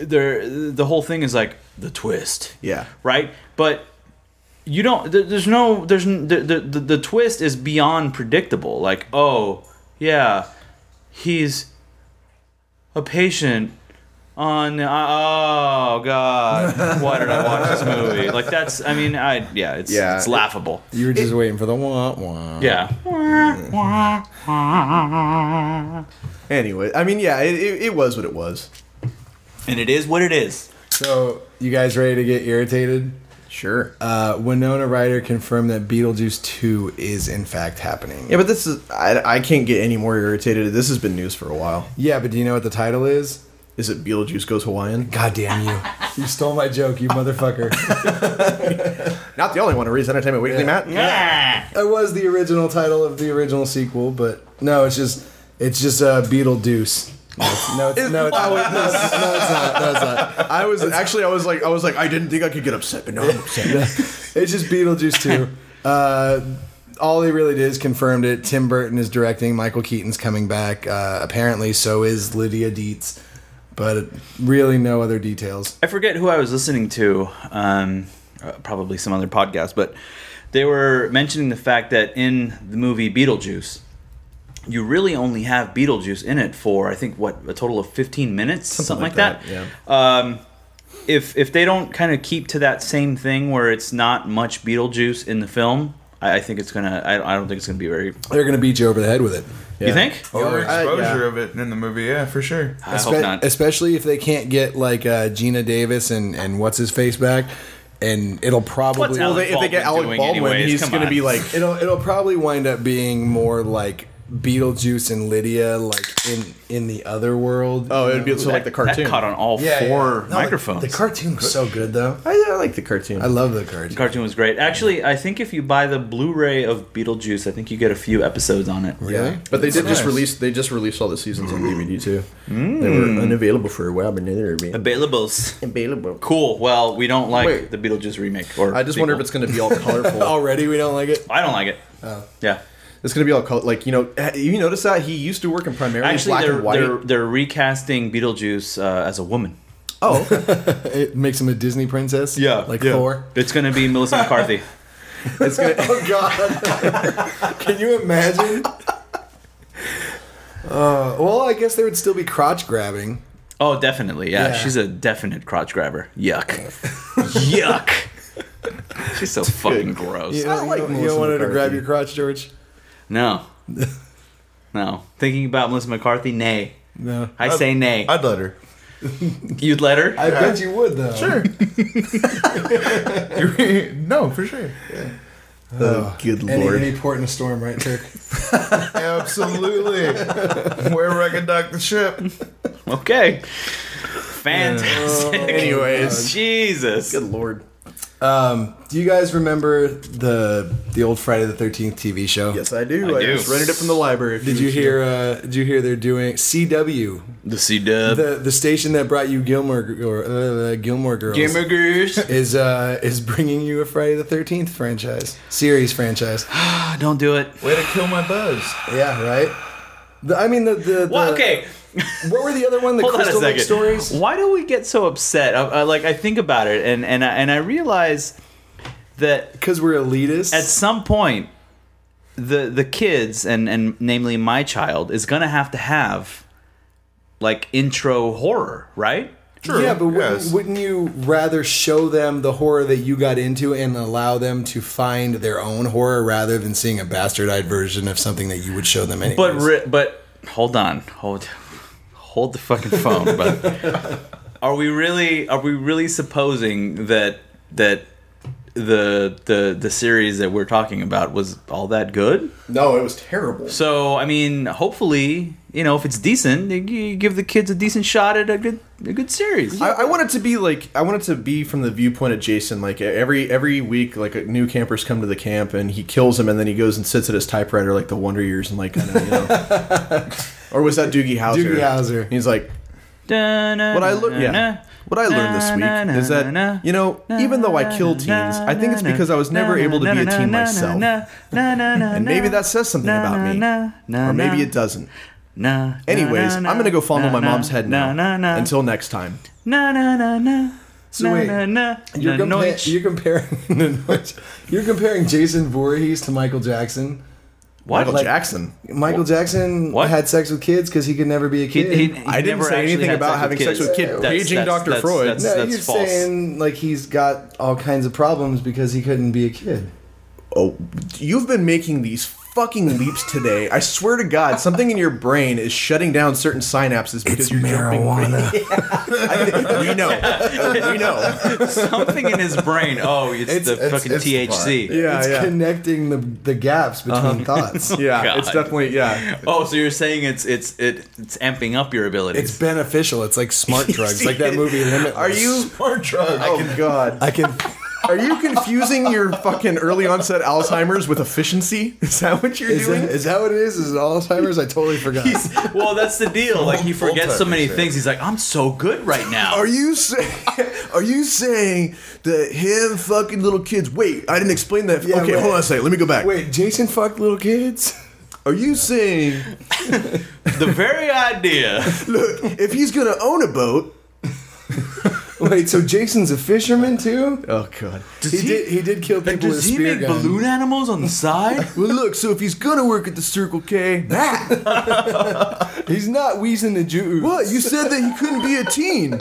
[SPEAKER 3] there the whole thing is like the twist.
[SPEAKER 5] Yeah.
[SPEAKER 3] Right. But you don't. there- There's no. There's n- the the the, the twist is beyond predictable. Like, oh yeah, he's a patient. On uh, oh god, why did I watch this movie? Like that's I mean I yeah it's
[SPEAKER 5] Yeah.
[SPEAKER 3] it's laughable.
[SPEAKER 1] you were just waiting for the wah wah.
[SPEAKER 3] Yeah.
[SPEAKER 5] Anyway, I mean, yeah, it, it, it was what it was.
[SPEAKER 3] And it is what it is.
[SPEAKER 1] So you guys ready to get irritated?
[SPEAKER 5] Sure.
[SPEAKER 1] Uh, Winona Ryder confirmed that Beetlejuice Two is in fact happening.
[SPEAKER 5] yeah, but this is I, I can't get any more irritated. This has been news for a while.
[SPEAKER 1] Yeah, but do you know what the title is?
[SPEAKER 5] Is it Beetlejuice goes Hawaiian?
[SPEAKER 1] God damn you! you stole my joke, you motherfucker.
[SPEAKER 5] Not the only one to read Entertainment Weekly, Matt.
[SPEAKER 1] It was the original title of the original sequel, but no, it's just it's just uh, Beetlejuice. No, it's, no, it's, no, it's, no, it's, no, it's not. No, it's not.
[SPEAKER 5] I was actually I was like I was like I didn't think I could get upset, but now I'm upset.
[SPEAKER 1] It's just Beetlejuice two. Uh, all they really did is confirmed it. Tim Burton is directing. Michael Keaton's coming back. Uh, apparently, so is Lydia Dietz, but really no other details.
[SPEAKER 3] I forget who I was listening to, um, uh, probably some other podcast, but they were mentioning the fact that in the movie Beetlejuice, you really only have Beetlejuice in it for I think what a total of fifteen minutes, something, like, that. Um, if if they don't kind of keep to that same thing where it's not much Beetlejuice in the film, I, I think it's gonna. I, I don't think it's gonna be very.
[SPEAKER 1] They're gonna beat you over the head with it.
[SPEAKER 5] Yeah.
[SPEAKER 3] You think?
[SPEAKER 4] Oh,
[SPEAKER 5] Oh,
[SPEAKER 4] Overexposure
[SPEAKER 5] yeah.
[SPEAKER 4] of it in the movie, yeah, for sure.
[SPEAKER 3] I
[SPEAKER 1] Espe-
[SPEAKER 3] hope not.
[SPEAKER 1] Especially if they can't get like uh, Gina Davis and and what's his face back, and it'll probably
[SPEAKER 3] What's Alec
[SPEAKER 5] Well, they, if they get
[SPEAKER 3] Baldwin
[SPEAKER 5] Alec
[SPEAKER 3] doing
[SPEAKER 5] Baldwin,
[SPEAKER 3] anyways,
[SPEAKER 5] he's
[SPEAKER 3] come
[SPEAKER 5] going to
[SPEAKER 3] on.
[SPEAKER 5] be like
[SPEAKER 1] it'll it'll probably wind up being more like Beetlejuice and Lydia, like in in the other world.
[SPEAKER 5] oh, it'd be so like the
[SPEAKER 3] That-
[SPEAKER 5] cartoon.
[SPEAKER 3] that caught on all four
[SPEAKER 1] No,
[SPEAKER 3] microphones.
[SPEAKER 1] The, the cartoon was so good though.
[SPEAKER 5] I, I like the cartoon.
[SPEAKER 1] I love the cartoon.
[SPEAKER 3] cartoon was great. Actually, I think if you buy the Blu-ray of Beetlejuice, I think you get a few episodes on it.
[SPEAKER 1] Yeah.
[SPEAKER 5] But they
[SPEAKER 1] That's
[SPEAKER 5] did just
[SPEAKER 1] nice.
[SPEAKER 5] release. They just released all the seasons on DVD too. They were unavailable for a while, but now they're being
[SPEAKER 3] Availables.
[SPEAKER 5] available.
[SPEAKER 3] Cool. Well, we don't like
[SPEAKER 5] Wait.
[SPEAKER 3] the Beetlejuice remake. Or
[SPEAKER 5] I just wonder if it's Oh. going to be all colorful.
[SPEAKER 1] Already, we don't like it.
[SPEAKER 3] I don't like it. Yeah.
[SPEAKER 5] it's going to be all color. Like you know, eh, you notice that he used to work in primarily
[SPEAKER 3] Actually,
[SPEAKER 5] black
[SPEAKER 3] they're,
[SPEAKER 5] and white.
[SPEAKER 3] they're they're recasting Beetlejuice uh, as a woman.
[SPEAKER 5] Oh, okay.
[SPEAKER 1] It makes him a Disney princess. like Thor.
[SPEAKER 3] It's gonna be Melissa McCarthy.
[SPEAKER 5] it's going. to
[SPEAKER 1] Oh God! Can you imagine? Uh, well, I guess there would still be crotch grabbing.
[SPEAKER 3] Oh, definitely. Yeah.
[SPEAKER 1] Yeah.
[SPEAKER 3] she's a definite crotch grabber. Yuck. Yuck. She's so fucking gross.
[SPEAKER 1] You, know, you,
[SPEAKER 5] like
[SPEAKER 1] don't- you
[SPEAKER 5] Melissa
[SPEAKER 1] don't want her to
[SPEAKER 5] McCarthy.
[SPEAKER 1] grab your crotch, George.
[SPEAKER 3] No. No. Thinking about Melissa McCarthy, nay.
[SPEAKER 1] No, Uh,
[SPEAKER 3] I say nay.
[SPEAKER 4] I'd let her.
[SPEAKER 3] You'd let her?
[SPEAKER 1] I bet you would though.
[SPEAKER 4] Sure. no, for sure.
[SPEAKER 5] oh, good
[SPEAKER 1] Any,
[SPEAKER 5] lord.
[SPEAKER 1] any port in a storm, right, Turk?
[SPEAKER 4] Absolutely. Wherever I can dock the ship.
[SPEAKER 3] Okay. Fantastic.
[SPEAKER 5] Anyways.
[SPEAKER 3] Jesus.
[SPEAKER 5] Good lord.
[SPEAKER 1] Um, do you guys remember the the old Friday the Thirteenth TV show?
[SPEAKER 5] Yes, I do.
[SPEAKER 3] I
[SPEAKER 5] I,
[SPEAKER 3] do.
[SPEAKER 5] just rented it from the library.
[SPEAKER 1] Did you hear? Uh, did you hear they're doing CW,
[SPEAKER 3] The C dub.
[SPEAKER 1] the the station that brought you Gilmore or uh, Gilmore Girls? is uh is bringing you a Friday the Thirteenth franchise series franchise.
[SPEAKER 3] Ah, Don't do it.
[SPEAKER 4] Way to kill my buzz.
[SPEAKER 1] Yeah, right. The, I mean the the, the
[SPEAKER 3] Well, okay.
[SPEAKER 1] What were the other one? The
[SPEAKER 3] Hold on a
[SPEAKER 1] Crystal Lake
[SPEAKER 3] second.
[SPEAKER 1] stories.
[SPEAKER 3] Why do we get so upset? I, I, like I think about it, and and I, and I realize that
[SPEAKER 1] Because we're elitists.
[SPEAKER 3] at some point, the the kids and and namely my child is gonna have to have like intro horror, right?
[SPEAKER 4] True.
[SPEAKER 1] yeah, but wouldn't,
[SPEAKER 4] yes.
[SPEAKER 1] wouldn't you rather show them the horror that you got into and allow them to find their own horror rather than seeing a bastardized version of something that you would show them anyway?
[SPEAKER 3] But re- but hold on, hold hold the fucking phone. but are we really are we really supposing that that the the the series that we're talking about was all that good?
[SPEAKER 5] No, it was terrible.
[SPEAKER 3] So I mean, hopefully, you know, if it's decent, you- you give the kids a decent shot at a good a good series.
[SPEAKER 5] I, I want it to be like I want it to be from the viewpoint of Jason. Like every every week, like a new campers come to the camp and he kills him, and then he goes and sits at his typewriter like the Wonder Years and like I know, you know. or was that Doogie Howser?
[SPEAKER 1] Doogie Howser.
[SPEAKER 5] He's like, What I learned, yeah. What I learned this week is that you know, even though I kill teens, I think it's because I was never able to be a teen myself, and
[SPEAKER 3] And
[SPEAKER 5] maybe that says something about me, or maybe it doesn't. Anyways, I'm gonna go fondle my mom's head now. Until next time.
[SPEAKER 3] na na na na.
[SPEAKER 1] So wait, You're, compa- you're comparing you're comparing Jason Voorhees to Michael Jackson.
[SPEAKER 5] Michael
[SPEAKER 1] Like-
[SPEAKER 5] Jackson.
[SPEAKER 1] Michael Jackson
[SPEAKER 3] What?
[SPEAKER 1] had sex with kids because he could never be a kid.
[SPEAKER 5] I didn't say anything about having sex with kids. Paging Dr. Freud.
[SPEAKER 3] That's,
[SPEAKER 1] no,
[SPEAKER 3] that's
[SPEAKER 1] you're
[SPEAKER 3] false.
[SPEAKER 1] saying like he's got all kinds of problems because he couldn't be a kid.
[SPEAKER 5] Oh, you've been making these fucking leaps today. I swear to God, something in your brain is shutting down certain synapses because you're jumping. I- we know. We know.
[SPEAKER 3] Something in his brain. Oh, it's,
[SPEAKER 1] It's-
[SPEAKER 3] the
[SPEAKER 1] it's-
[SPEAKER 3] fucking
[SPEAKER 4] it's the part.
[SPEAKER 3] THC.
[SPEAKER 5] Yeah,
[SPEAKER 1] it's
[SPEAKER 5] yeah. Uh-huh.
[SPEAKER 1] connecting the the gaps between thoughts.
[SPEAKER 5] yeah,
[SPEAKER 3] God.
[SPEAKER 5] it's definitely yeah.
[SPEAKER 3] Oh, so you're saying it's it's it, it's amping up your abilities?
[SPEAKER 1] It's beneficial. It's like smart drugs, like that movie Limitless.
[SPEAKER 5] Are you?
[SPEAKER 4] Smart drug.
[SPEAKER 5] Oh God.
[SPEAKER 1] I can.
[SPEAKER 5] Are you confusing your fucking early onset Alzheimer's with efficiency? Is that what you're
[SPEAKER 1] Is
[SPEAKER 5] doing?
[SPEAKER 1] that, is that what it is? Is it Alzheimer's? I totally forgot.
[SPEAKER 3] well, that's the deal. Like he
[SPEAKER 4] Full-time
[SPEAKER 3] forgets so many
[SPEAKER 4] research.
[SPEAKER 3] things. He's like, I'm so good right now.
[SPEAKER 5] Are you saying? Are you saying that him fucking little kids? Wait, I didn't explain that.
[SPEAKER 1] Yeah,
[SPEAKER 5] okay,
[SPEAKER 1] wait.
[SPEAKER 5] hold on a second. Let me go back.
[SPEAKER 1] Wait, Jason fucked little kids.
[SPEAKER 5] Are you saying
[SPEAKER 3] the very idea.
[SPEAKER 5] if he's gonna own a boat?
[SPEAKER 1] Wait, so Jason's a fisherman too?
[SPEAKER 5] Oh god.
[SPEAKER 3] Does
[SPEAKER 1] He, did. He did kill people with a
[SPEAKER 3] does he
[SPEAKER 1] spear
[SPEAKER 3] make
[SPEAKER 1] gun.
[SPEAKER 3] balloon animals on the side?
[SPEAKER 5] Well, look. So if he's gonna work at the Circle K, that
[SPEAKER 1] He's not wheezing the Jews.
[SPEAKER 5] what you said that he couldn't be a teen.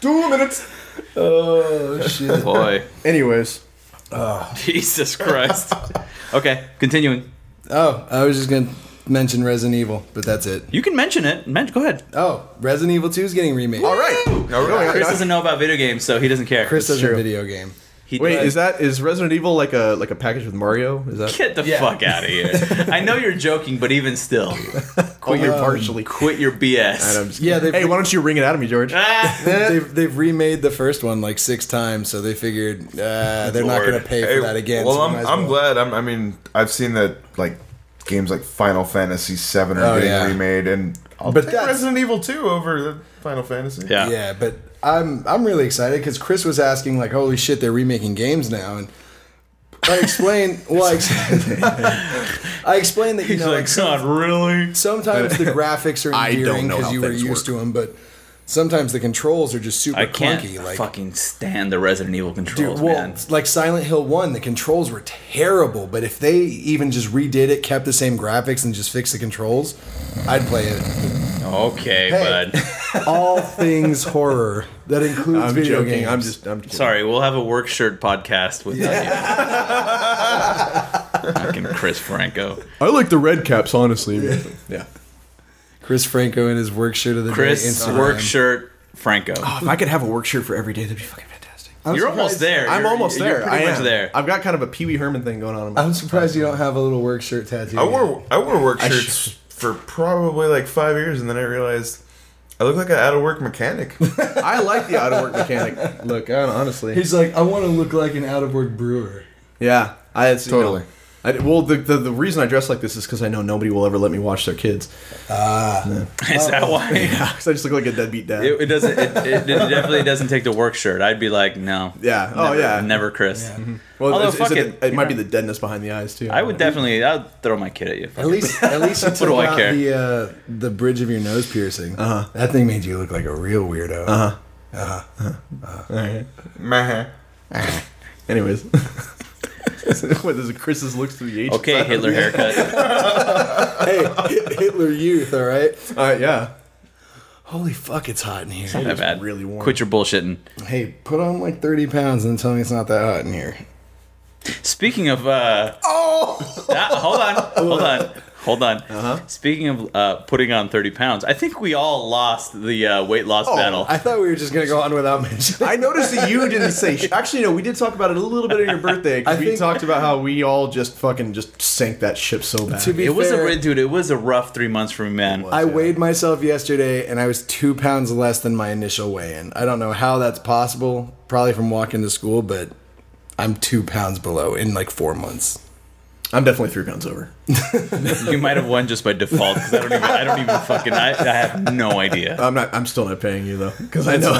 [SPEAKER 5] Two minutes.
[SPEAKER 1] Oh shit!
[SPEAKER 3] Boy,
[SPEAKER 5] Anyways,
[SPEAKER 3] Jesus Christ. Okay, continuing.
[SPEAKER 1] oh, I was just gonna mention Resident Evil, but that's it.
[SPEAKER 3] You can mention it. Men- go ahead.
[SPEAKER 1] Oh, Resident Evil Two is getting remade.
[SPEAKER 5] all right.
[SPEAKER 4] All right.
[SPEAKER 3] Chris doesn't know about video games, so he doesn't care.
[SPEAKER 1] Chris does
[SPEAKER 5] true.
[SPEAKER 1] a video game.
[SPEAKER 3] He
[SPEAKER 5] Wait,
[SPEAKER 3] does.
[SPEAKER 5] is that is Resident Evil like a like a package with Mario? Is that
[SPEAKER 3] Get the fuck out of here. I know you're joking, but even still,
[SPEAKER 5] quit your oh, partially?
[SPEAKER 3] quit your BS.
[SPEAKER 5] I'm just
[SPEAKER 1] Yeah,
[SPEAKER 5] kidding.
[SPEAKER 1] they-
[SPEAKER 5] Hey, why don't you ring it out of me, George?
[SPEAKER 3] Ah,
[SPEAKER 1] They've, they've remade the first one like six times, so they figured uh, they're not
[SPEAKER 4] Lord.
[SPEAKER 1] gonna pay for
[SPEAKER 4] Hey,
[SPEAKER 1] that again.
[SPEAKER 4] Well,
[SPEAKER 1] so we
[SPEAKER 4] I'm,
[SPEAKER 1] might as
[SPEAKER 4] I'm
[SPEAKER 1] well.
[SPEAKER 4] glad. I'm, I mean, I've seen that like games like Final Fantasy VII are
[SPEAKER 1] Oh,
[SPEAKER 4] getting
[SPEAKER 1] yeah.
[SPEAKER 4] remade, and I'll
[SPEAKER 1] But
[SPEAKER 4] take
[SPEAKER 1] that's-
[SPEAKER 4] Resident Evil 2 over the Final Fantasy.
[SPEAKER 3] yeah.
[SPEAKER 1] Yeah, but I'm I'm really excited because Chris was asking like, "Holy shit, they're remaking games now!" And I explained, well, I, ex- I explained that you
[SPEAKER 3] He's
[SPEAKER 1] know
[SPEAKER 3] like, God, really?
[SPEAKER 1] sometimes the graphics are
[SPEAKER 5] I don't
[SPEAKER 1] endearing
[SPEAKER 5] know
[SPEAKER 1] because
[SPEAKER 5] how
[SPEAKER 1] you were
[SPEAKER 5] things
[SPEAKER 1] used to 'em, to them, but sometimes the controls are just super
[SPEAKER 3] I can't
[SPEAKER 1] clunky. Like,
[SPEAKER 3] fucking stand the Resident Evil controls,
[SPEAKER 1] dude, well,
[SPEAKER 3] man.
[SPEAKER 1] like Silent Hill One, the controls were terrible, but if they even just redid it, kept the same graphics, and just fixed the controls, I'd play it.
[SPEAKER 3] Okay,
[SPEAKER 1] Hey.
[SPEAKER 3] bud.
[SPEAKER 1] All things horror that includes
[SPEAKER 5] I'm
[SPEAKER 1] video
[SPEAKER 5] joking.
[SPEAKER 1] games.
[SPEAKER 5] I'm just. I'm kidding.
[SPEAKER 3] Sorry, we'll have a work shirt podcast with you. Fucking Chris Franco.
[SPEAKER 5] I like the red caps, honestly. Yeah.
[SPEAKER 1] Chris Franco in his work shirt of the day.
[SPEAKER 3] Chris
[SPEAKER 1] Instagram.
[SPEAKER 3] work shirt Franco.
[SPEAKER 5] Oh, If I could have a work shirt for every day, that'd be fucking fantastic.
[SPEAKER 1] I'm
[SPEAKER 3] you're
[SPEAKER 1] surprised-
[SPEAKER 3] almost there.
[SPEAKER 5] I'm
[SPEAKER 3] You're-
[SPEAKER 5] almost
[SPEAKER 3] you're
[SPEAKER 5] there.
[SPEAKER 3] pretty
[SPEAKER 5] I
[SPEAKER 3] much
[SPEAKER 5] am
[SPEAKER 3] there.
[SPEAKER 5] I've got kind of a Pee Wee Herman thing going on. In my
[SPEAKER 1] I'm surprised you don't have a little work shirt tattoo.
[SPEAKER 4] I wore I wore work
[SPEAKER 5] I
[SPEAKER 4] shirts for probably like five years, and then I realized I look like an out of work mechanic.
[SPEAKER 5] I like the out of work mechanic. Look, I don't- honestly,
[SPEAKER 1] He's like, I want to look like an out of work brewer.
[SPEAKER 5] yeah, I it's, you know,
[SPEAKER 4] Totally.
[SPEAKER 5] I, well, the, the the reason I dress like this is because I know nobody will ever let me watch their kids.
[SPEAKER 3] Is that why?
[SPEAKER 5] Because I just look like a deadbeat dad.
[SPEAKER 3] It, it doesn't. It, it, it definitely doesn't take the work shirt. I'd be like, no.
[SPEAKER 5] Yeah. Oh,
[SPEAKER 3] Never-
[SPEAKER 5] yeah. Mm-hmm.
[SPEAKER 3] Never, Chris.
[SPEAKER 5] well,
[SPEAKER 3] although,
[SPEAKER 5] it's- it's
[SPEAKER 3] fuck
[SPEAKER 5] the-
[SPEAKER 3] it,
[SPEAKER 5] it
[SPEAKER 3] you
[SPEAKER 5] might
[SPEAKER 3] know.
[SPEAKER 5] be the deadness behind the eyes too.
[SPEAKER 3] I would definitely. I'd throw my kid at you.
[SPEAKER 1] At least, at least you took
[SPEAKER 3] do I
[SPEAKER 1] out
[SPEAKER 3] care?
[SPEAKER 1] the uh, the bridge of your nose piercing. Uh-huh. That thing made you look like a real weirdo. Uh-huh.
[SPEAKER 5] All right.
[SPEAKER 4] Meh.
[SPEAKER 5] Anyways. what is it? Chris's looks through the age.
[SPEAKER 3] Okay, Hitler haircut.
[SPEAKER 1] Hey, Hit- Hitler Youth, all right.
[SPEAKER 5] All right. Yeah.
[SPEAKER 1] Holy fuck, it's hot in here.
[SPEAKER 3] Not bad.
[SPEAKER 5] really warm.
[SPEAKER 3] Quit your bullshitting.
[SPEAKER 1] Hey, put on like thirty pounds and tell me it's not that hot in here.
[SPEAKER 3] Speaking of, uh, oh, hold on, hold on, hold on. Speaking of uh, putting on thirty pounds, I think we all lost the uh, weight loss battle.
[SPEAKER 1] I thought we were just gonna go on without mentioning.
[SPEAKER 5] I noticed that you didn't say. Sh- Actually, no, we did talk about it a little bit on your birthday. 'cause
[SPEAKER 1] I
[SPEAKER 5] we
[SPEAKER 1] think-
[SPEAKER 5] talked about how we all just fucking just sank that ship so bad.
[SPEAKER 1] To be
[SPEAKER 3] it was a
[SPEAKER 1] fair,
[SPEAKER 3] ri- dude. It was a rough three months for me, man.
[SPEAKER 1] I weighed myself yesterday and I was two pounds less than my initial weigh in. I don't know how that's possible. Probably from walking to school, but I'm two pounds below in like four months.
[SPEAKER 5] I'm definitely three pounds over.
[SPEAKER 3] You might have won just by default because I don't even. I don't even fucking. I, I have no idea.
[SPEAKER 5] I'm not. I'm still not paying you though, because I know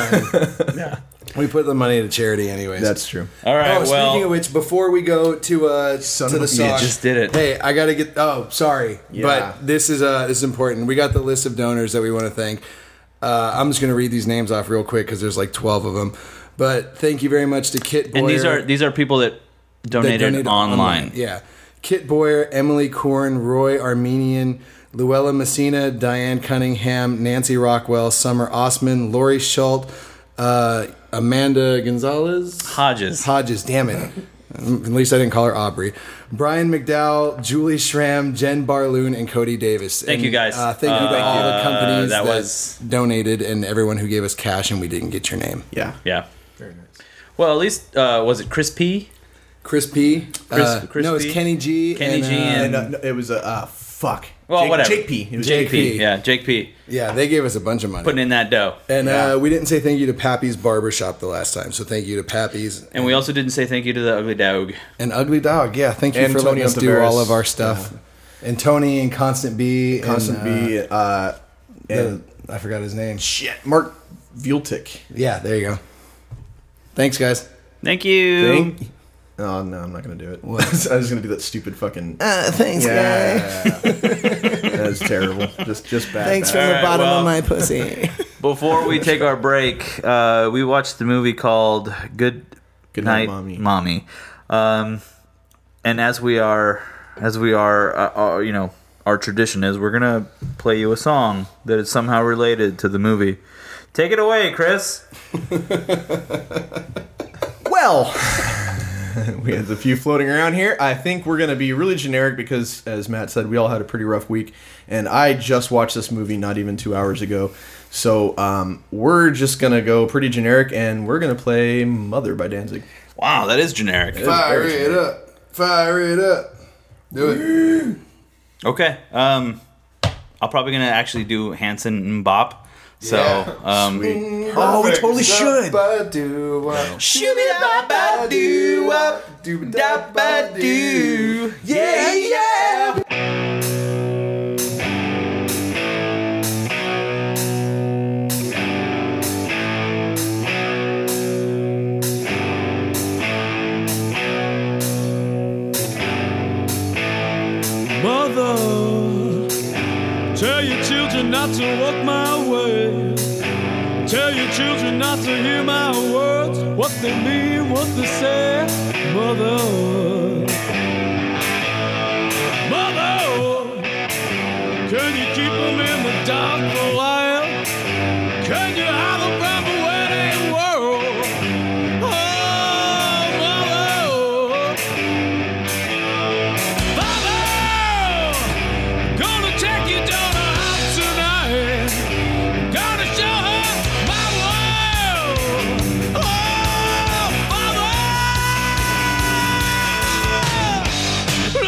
[SPEAKER 1] We put the money to charity anyways.
[SPEAKER 5] that's true.
[SPEAKER 3] All right.
[SPEAKER 1] oh,
[SPEAKER 3] well,
[SPEAKER 1] speaking of which, before we go to uh to
[SPEAKER 5] of
[SPEAKER 1] the
[SPEAKER 5] a bitch.
[SPEAKER 1] song,
[SPEAKER 3] Just did it.
[SPEAKER 1] Hey, I gotta get. Oh, sorry,
[SPEAKER 5] Yeah.
[SPEAKER 1] but this is uh this is important. We got the list of donors that we want to thank. Uh, I'm just gonna read these names off real quick because there's like 12 of them. But thank you very much to Kit Boyer.
[SPEAKER 3] and these are these are people that donated, online.
[SPEAKER 1] Yeah. Kit Boyer, Emily Corn, Roy Armenian, Luella Messina, Diane Cunningham, Nancy Rockwell, Summer Osman, Lori Schult, uh, Amanda Gonzalez.
[SPEAKER 3] Hodges.
[SPEAKER 1] Hodges, damn it. At least I didn't call her Aubrey. Brian McDowell, Julie Schramm, Jen Barloon, and Cody Davis.
[SPEAKER 3] Thank
[SPEAKER 1] And,
[SPEAKER 3] you, guys.
[SPEAKER 1] Uh, thank you to
[SPEAKER 3] Uh,
[SPEAKER 1] all the companies that,
[SPEAKER 3] that was-
[SPEAKER 1] donated and everyone who gave us cash and we didn't get your name.
[SPEAKER 5] Yeah.
[SPEAKER 3] Yeah.
[SPEAKER 4] Very nice.
[SPEAKER 3] Well, at least uh, was it Chris P?
[SPEAKER 1] Chris P.
[SPEAKER 3] Chris-
[SPEAKER 1] uh,
[SPEAKER 3] Chris
[SPEAKER 1] no, it's
[SPEAKER 3] P.
[SPEAKER 1] Kenny G.
[SPEAKER 3] Kenny G and-
[SPEAKER 5] And uh, no, it was a uh, fuck.
[SPEAKER 3] Well,
[SPEAKER 5] Jake,
[SPEAKER 3] whatever.
[SPEAKER 5] Jake P. It was
[SPEAKER 1] Jake
[SPEAKER 5] Jake,
[SPEAKER 1] P.
[SPEAKER 5] P.
[SPEAKER 3] Yeah, Jake P.
[SPEAKER 1] yeah, they gave us a bunch of money.
[SPEAKER 3] Putting in that dough.
[SPEAKER 1] and
[SPEAKER 5] Yeah.
[SPEAKER 1] uh, we didn't say thank you to Pappy's Barbershop the last time, so thank you to Pappy's
[SPEAKER 3] And we also didn't say thank you to the ugly dog.
[SPEAKER 1] and Ugly Dog. Yeah, thank you
[SPEAKER 5] And
[SPEAKER 1] for letting
[SPEAKER 5] Tony
[SPEAKER 1] us do
[SPEAKER 5] Altaveras.
[SPEAKER 1] all of our stuff. And Tony and Constant B. and,
[SPEAKER 5] Constant B. Uh,
[SPEAKER 1] uh,
[SPEAKER 5] and
[SPEAKER 1] the- I forgot his name.
[SPEAKER 5] shit, Mark Vultic.
[SPEAKER 1] Yeah, there you go. Thanks, guys.
[SPEAKER 3] Thank you.
[SPEAKER 5] Thing. Oh no, I'm not gonna do it. I was gonna do that stupid fucking.
[SPEAKER 1] Uh, thanks,
[SPEAKER 5] Yeah. that was terrible. Just, just bad. bad.
[SPEAKER 3] the All right, bottom of well. my
[SPEAKER 1] pussy.
[SPEAKER 3] Before we take our break, uh, we watched the movie called Good,
[SPEAKER 5] Good
[SPEAKER 3] Night,
[SPEAKER 5] Night,
[SPEAKER 3] Mommy.
[SPEAKER 5] Mommy.
[SPEAKER 3] Um, and as we are, as we are, uh, our- you know, our tradition is we're gonna play you a song that is somehow related to the movie. Take it away, Chris.
[SPEAKER 5] Well, we have a few floating around here. I think we're going to be really generic because, as Matt said, we all had a pretty rough week, and I just watched this movie not even two hours ago. So um, we're just going to go pretty generic, and we're going to play "Mother" by Danzig.
[SPEAKER 3] Wow, that is generic.
[SPEAKER 1] Fire it up. Fire it up. Do it.
[SPEAKER 3] Okay. Um, I'm probably gonna actually do Hanson and Bop. So,
[SPEAKER 1] Yeah.
[SPEAKER 3] um,
[SPEAKER 1] mm,
[SPEAKER 5] Oh, we totally should.
[SPEAKER 1] Yeah, yeah.
[SPEAKER 6] Mother, tell your children not to walk my way. Tell your children not to hear my words, what they mean, what they say. Mother, Mother, can you keep them in the dark for a while? Can you hide them from the wedding world? Oh, Mother. Father, gonna take your daughter out tonight. Gonna show her my world. Oh, Father. Oh, Oh,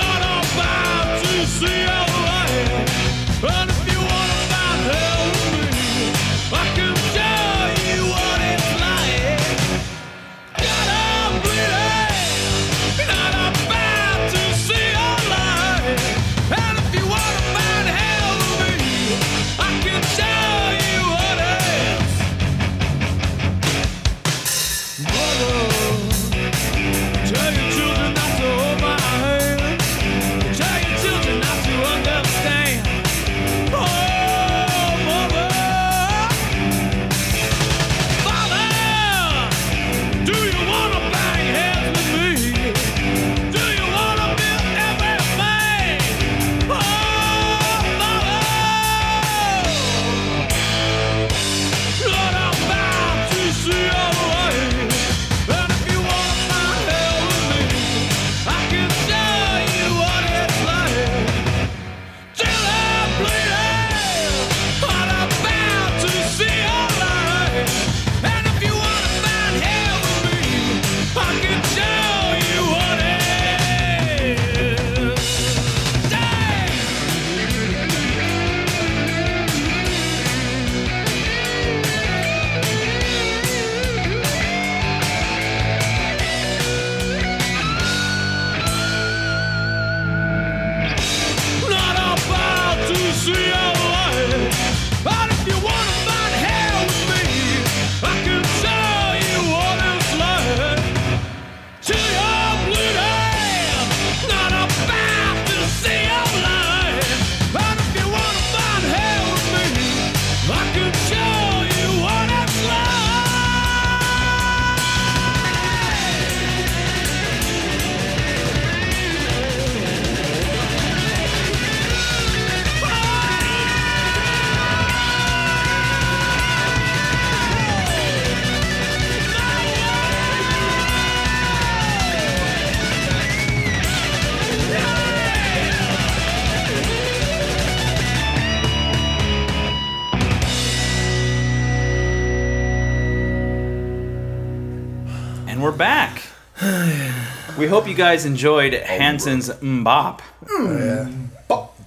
[SPEAKER 3] we're back. We hope you guys enjoyed Hanson's Mbop.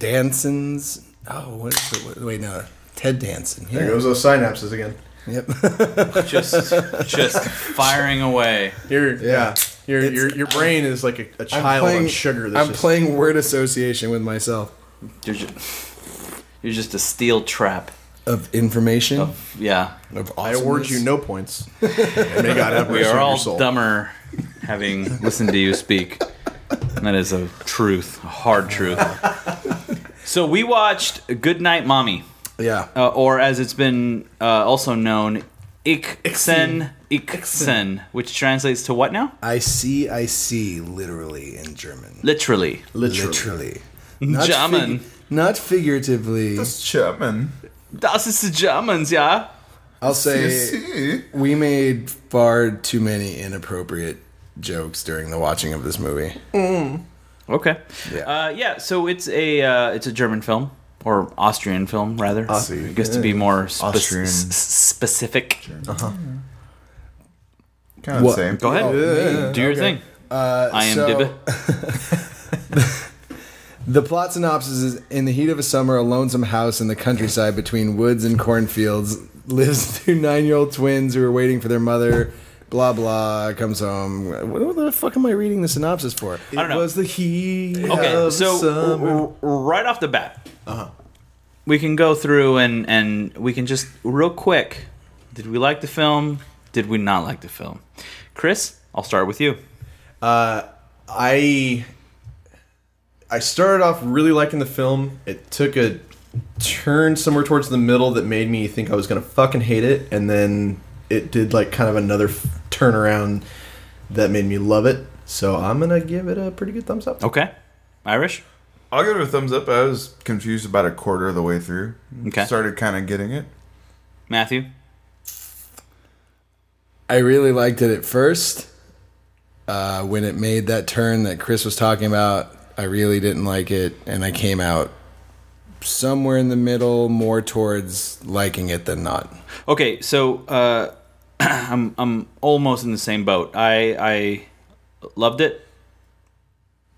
[SPEAKER 1] Danson's. Oh, what is it? What- Wait, no. Ted Danson.
[SPEAKER 5] There
[SPEAKER 1] Yeah.
[SPEAKER 5] goes those synapses again.
[SPEAKER 3] Just, just firing away.
[SPEAKER 5] Your yeah. Your,
[SPEAKER 1] It's-
[SPEAKER 5] your your brain is like a, a
[SPEAKER 1] I'm
[SPEAKER 5] child
[SPEAKER 1] playing-
[SPEAKER 5] on sugar. That's
[SPEAKER 1] I'm
[SPEAKER 5] just,
[SPEAKER 1] playing word association with myself
[SPEAKER 3] You're just, you're just a steel trap.
[SPEAKER 1] of information.
[SPEAKER 3] Of, yeah,
[SPEAKER 1] Of
[SPEAKER 5] I award you no points. May God have
[SPEAKER 3] we
[SPEAKER 5] mercy
[SPEAKER 3] are
[SPEAKER 5] on
[SPEAKER 3] all
[SPEAKER 5] your soul.
[SPEAKER 3] dumber having listened to you speak. That is a truth, a hard truth. So we watched Good Night Mommy,
[SPEAKER 1] Yeah.
[SPEAKER 3] uh, or as it's been uh, also known, Iksen Iksen, which translates to what now?
[SPEAKER 1] I see, I see, literally in German.
[SPEAKER 3] Literally.
[SPEAKER 1] Literally. Not
[SPEAKER 3] German.
[SPEAKER 1] fig- not figuratively.
[SPEAKER 4] That's Chapman.
[SPEAKER 3] Das ist die Germans, yeah.
[SPEAKER 1] I'll say
[SPEAKER 4] See?
[SPEAKER 1] we made far too many inappropriate jokes during the watching of this movie.
[SPEAKER 3] Okay.
[SPEAKER 1] Yeah.
[SPEAKER 3] Uh, yeah. So it's a uh, it's a German film or Austrian film rather.
[SPEAKER 1] Ah,
[SPEAKER 5] Aussie.
[SPEAKER 3] I guess to be more spe-
[SPEAKER 5] Austrian.
[SPEAKER 3] s- s- specific.
[SPEAKER 4] Kind of
[SPEAKER 1] What?
[SPEAKER 4] same.
[SPEAKER 3] Go ahead. Do your thing.
[SPEAKER 1] Uh,
[SPEAKER 3] I am
[SPEAKER 1] so-
[SPEAKER 3] Dibba.
[SPEAKER 1] The plot synopsis is in the heat of a summer, a lonesome house in the countryside between woods and cornfields lives two nine year old twins who are waiting for their mother. Blah blah comes home. What the fuck am I reading the synopsis for?
[SPEAKER 3] I don't know.
[SPEAKER 5] Was the heat
[SPEAKER 3] Okay.
[SPEAKER 5] of
[SPEAKER 3] So
[SPEAKER 5] summer.
[SPEAKER 3] r- r- right off the bat,
[SPEAKER 1] Uh-huh.
[SPEAKER 3] we can go through and and we can just real quick. Did we like the film? Did we not like the film? Chris, I'll start with you.
[SPEAKER 5] I I started off really liking the film. It took a turn somewhere towards the middle that made me think I was gonna fucking hate it, and then it did like kind of another f- turnaround that made me love it. So I'm gonna give it a pretty good thumbs up.
[SPEAKER 3] Okay. Irish.
[SPEAKER 4] I'll give it a thumbs up. I was confused about a quarter of the way through.
[SPEAKER 3] Okay.
[SPEAKER 4] Started kind of getting it.
[SPEAKER 3] Matthew.
[SPEAKER 1] I really liked it at first. Uh, when it made that turn that Chris was talking about, I really didn't like it, and I came out somewhere in the middle, more towards liking it than not.
[SPEAKER 3] Okay, so uh, I'm I'm almost in the same boat. I I loved it,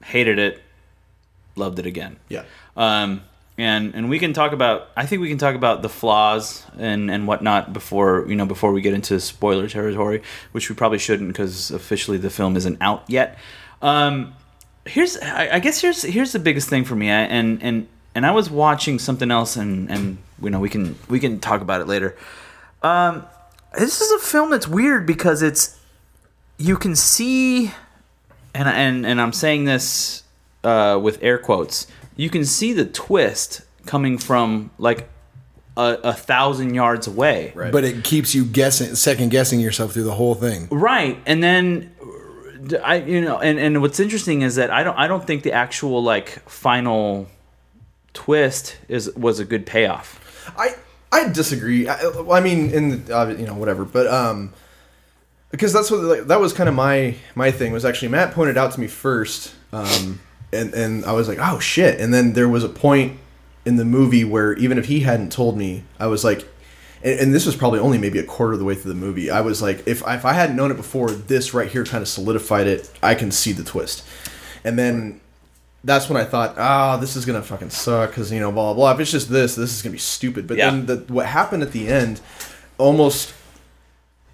[SPEAKER 3] hated it, loved it again.
[SPEAKER 5] Yeah.
[SPEAKER 3] Um, and and we can talk about. I think we can talk about the flaws and and whatnot before you know before we get into spoiler territory, which we probably shouldn't because officially the film isn't out yet. Um, here's I, I guess here's here's the biggest thing for me. I, and and and I was watching something else, and and you know we can we can talk about it later. Um, this is a film that's weird because it's you can see, and and and I'm saying this uh, with air quotes. You can see the twist coming from like a, a thousand yards away, right?
[SPEAKER 1] But it keeps you guessing, second guessing yourself through the whole thing.
[SPEAKER 3] Right, and then I you know, and and what's interesting is that I don't I don't think the actual like final twist is was a good payoff.
[SPEAKER 5] I I disagree. I, well, I mean, in the, uh, you know whatever, but um, because that's what like, that was kind of my my thing was actually Matt pointed out to me first, um, and and I was like, oh shit, and then there was a point in the movie where even if he hadn't told me, I was like. And, and this was probably only maybe a quarter of the way through the movie. I was like, if, if I hadn't known it before, this right here kind of solidified it. I can see the twist. And then that's when I thought, ah, this is gonna fucking suck because you know, blah, blah blah. If it's just this, this is gonna be stupid. But
[SPEAKER 3] Yeah.
[SPEAKER 5] then the, what happened at the end almost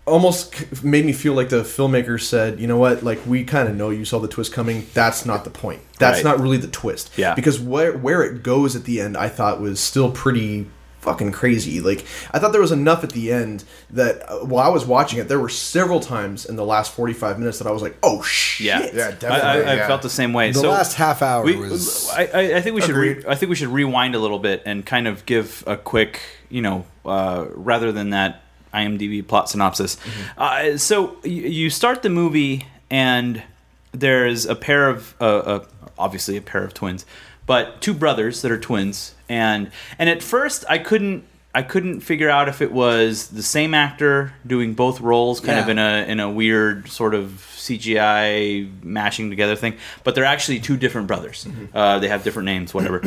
[SPEAKER 5] almost c- made me feel like the filmmakers said, you know what, like we kind of know you saw the twist coming. That's not the point. That's
[SPEAKER 3] Right.
[SPEAKER 5] not really the twist.
[SPEAKER 3] Yeah.
[SPEAKER 5] Because where where it goes at the end, I thought was still pretty fucking crazy. Like I thought there was enough at the end that uh, while I was watching it, there were several times in the last forty five minutes that I was like, oh shit.
[SPEAKER 3] Yeah,
[SPEAKER 4] Yeah, definitely,
[SPEAKER 3] I, I, I
[SPEAKER 4] yeah.
[SPEAKER 3] felt the same way.
[SPEAKER 1] The
[SPEAKER 3] so
[SPEAKER 1] last half hour
[SPEAKER 3] we,
[SPEAKER 1] was.
[SPEAKER 3] I, I- I think we should. Re,
[SPEAKER 4] Agreed.
[SPEAKER 3] I think we should rewind a little bit and kind of give a quick, you know, uh, rather than that IMDb plot synopsis.
[SPEAKER 1] Mm-hmm.
[SPEAKER 3] Uh, so y- you start the movie, and there's a pair of, uh, uh, obviously a pair of twins, but two brothers that are twins, and and at first I couldn't. I couldn't figure out if it was the same actor doing both roles, kind of
[SPEAKER 1] Yeah.
[SPEAKER 3] in a uh, in a weird sort of CGI mashing together thing. But they're actually two different brothers.
[SPEAKER 1] Mm-hmm.
[SPEAKER 3] Uh, they have different names, whatever.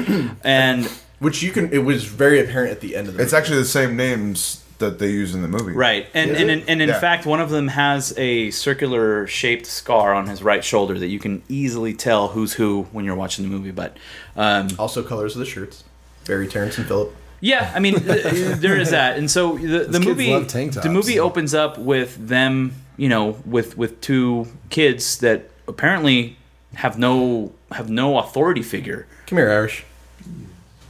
[SPEAKER 3] and
[SPEAKER 5] Which you can it was very apparent at the end of the
[SPEAKER 4] It's actually the same names that they use in the movie.
[SPEAKER 3] Right, and and, and, and in
[SPEAKER 4] Yeah.
[SPEAKER 3] fact, one of them has a circular shaped scar on his right shoulder that you can easily tell who's who when you're watching the movie. But um,
[SPEAKER 5] Also, colors of the shirts. Barry, Terrence, and Philip.
[SPEAKER 3] yeah, I mean, th- there is that, and so the, the
[SPEAKER 1] kids
[SPEAKER 3] movie
[SPEAKER 1] love tank
[SPEAKER 3] the
[SPEAKER 1] tops.
[SPEAKER 3] movie opens up with them, you know, with with two kids that apparently have no have no authority figure.
[SPEAKER 5] Come here, Irish.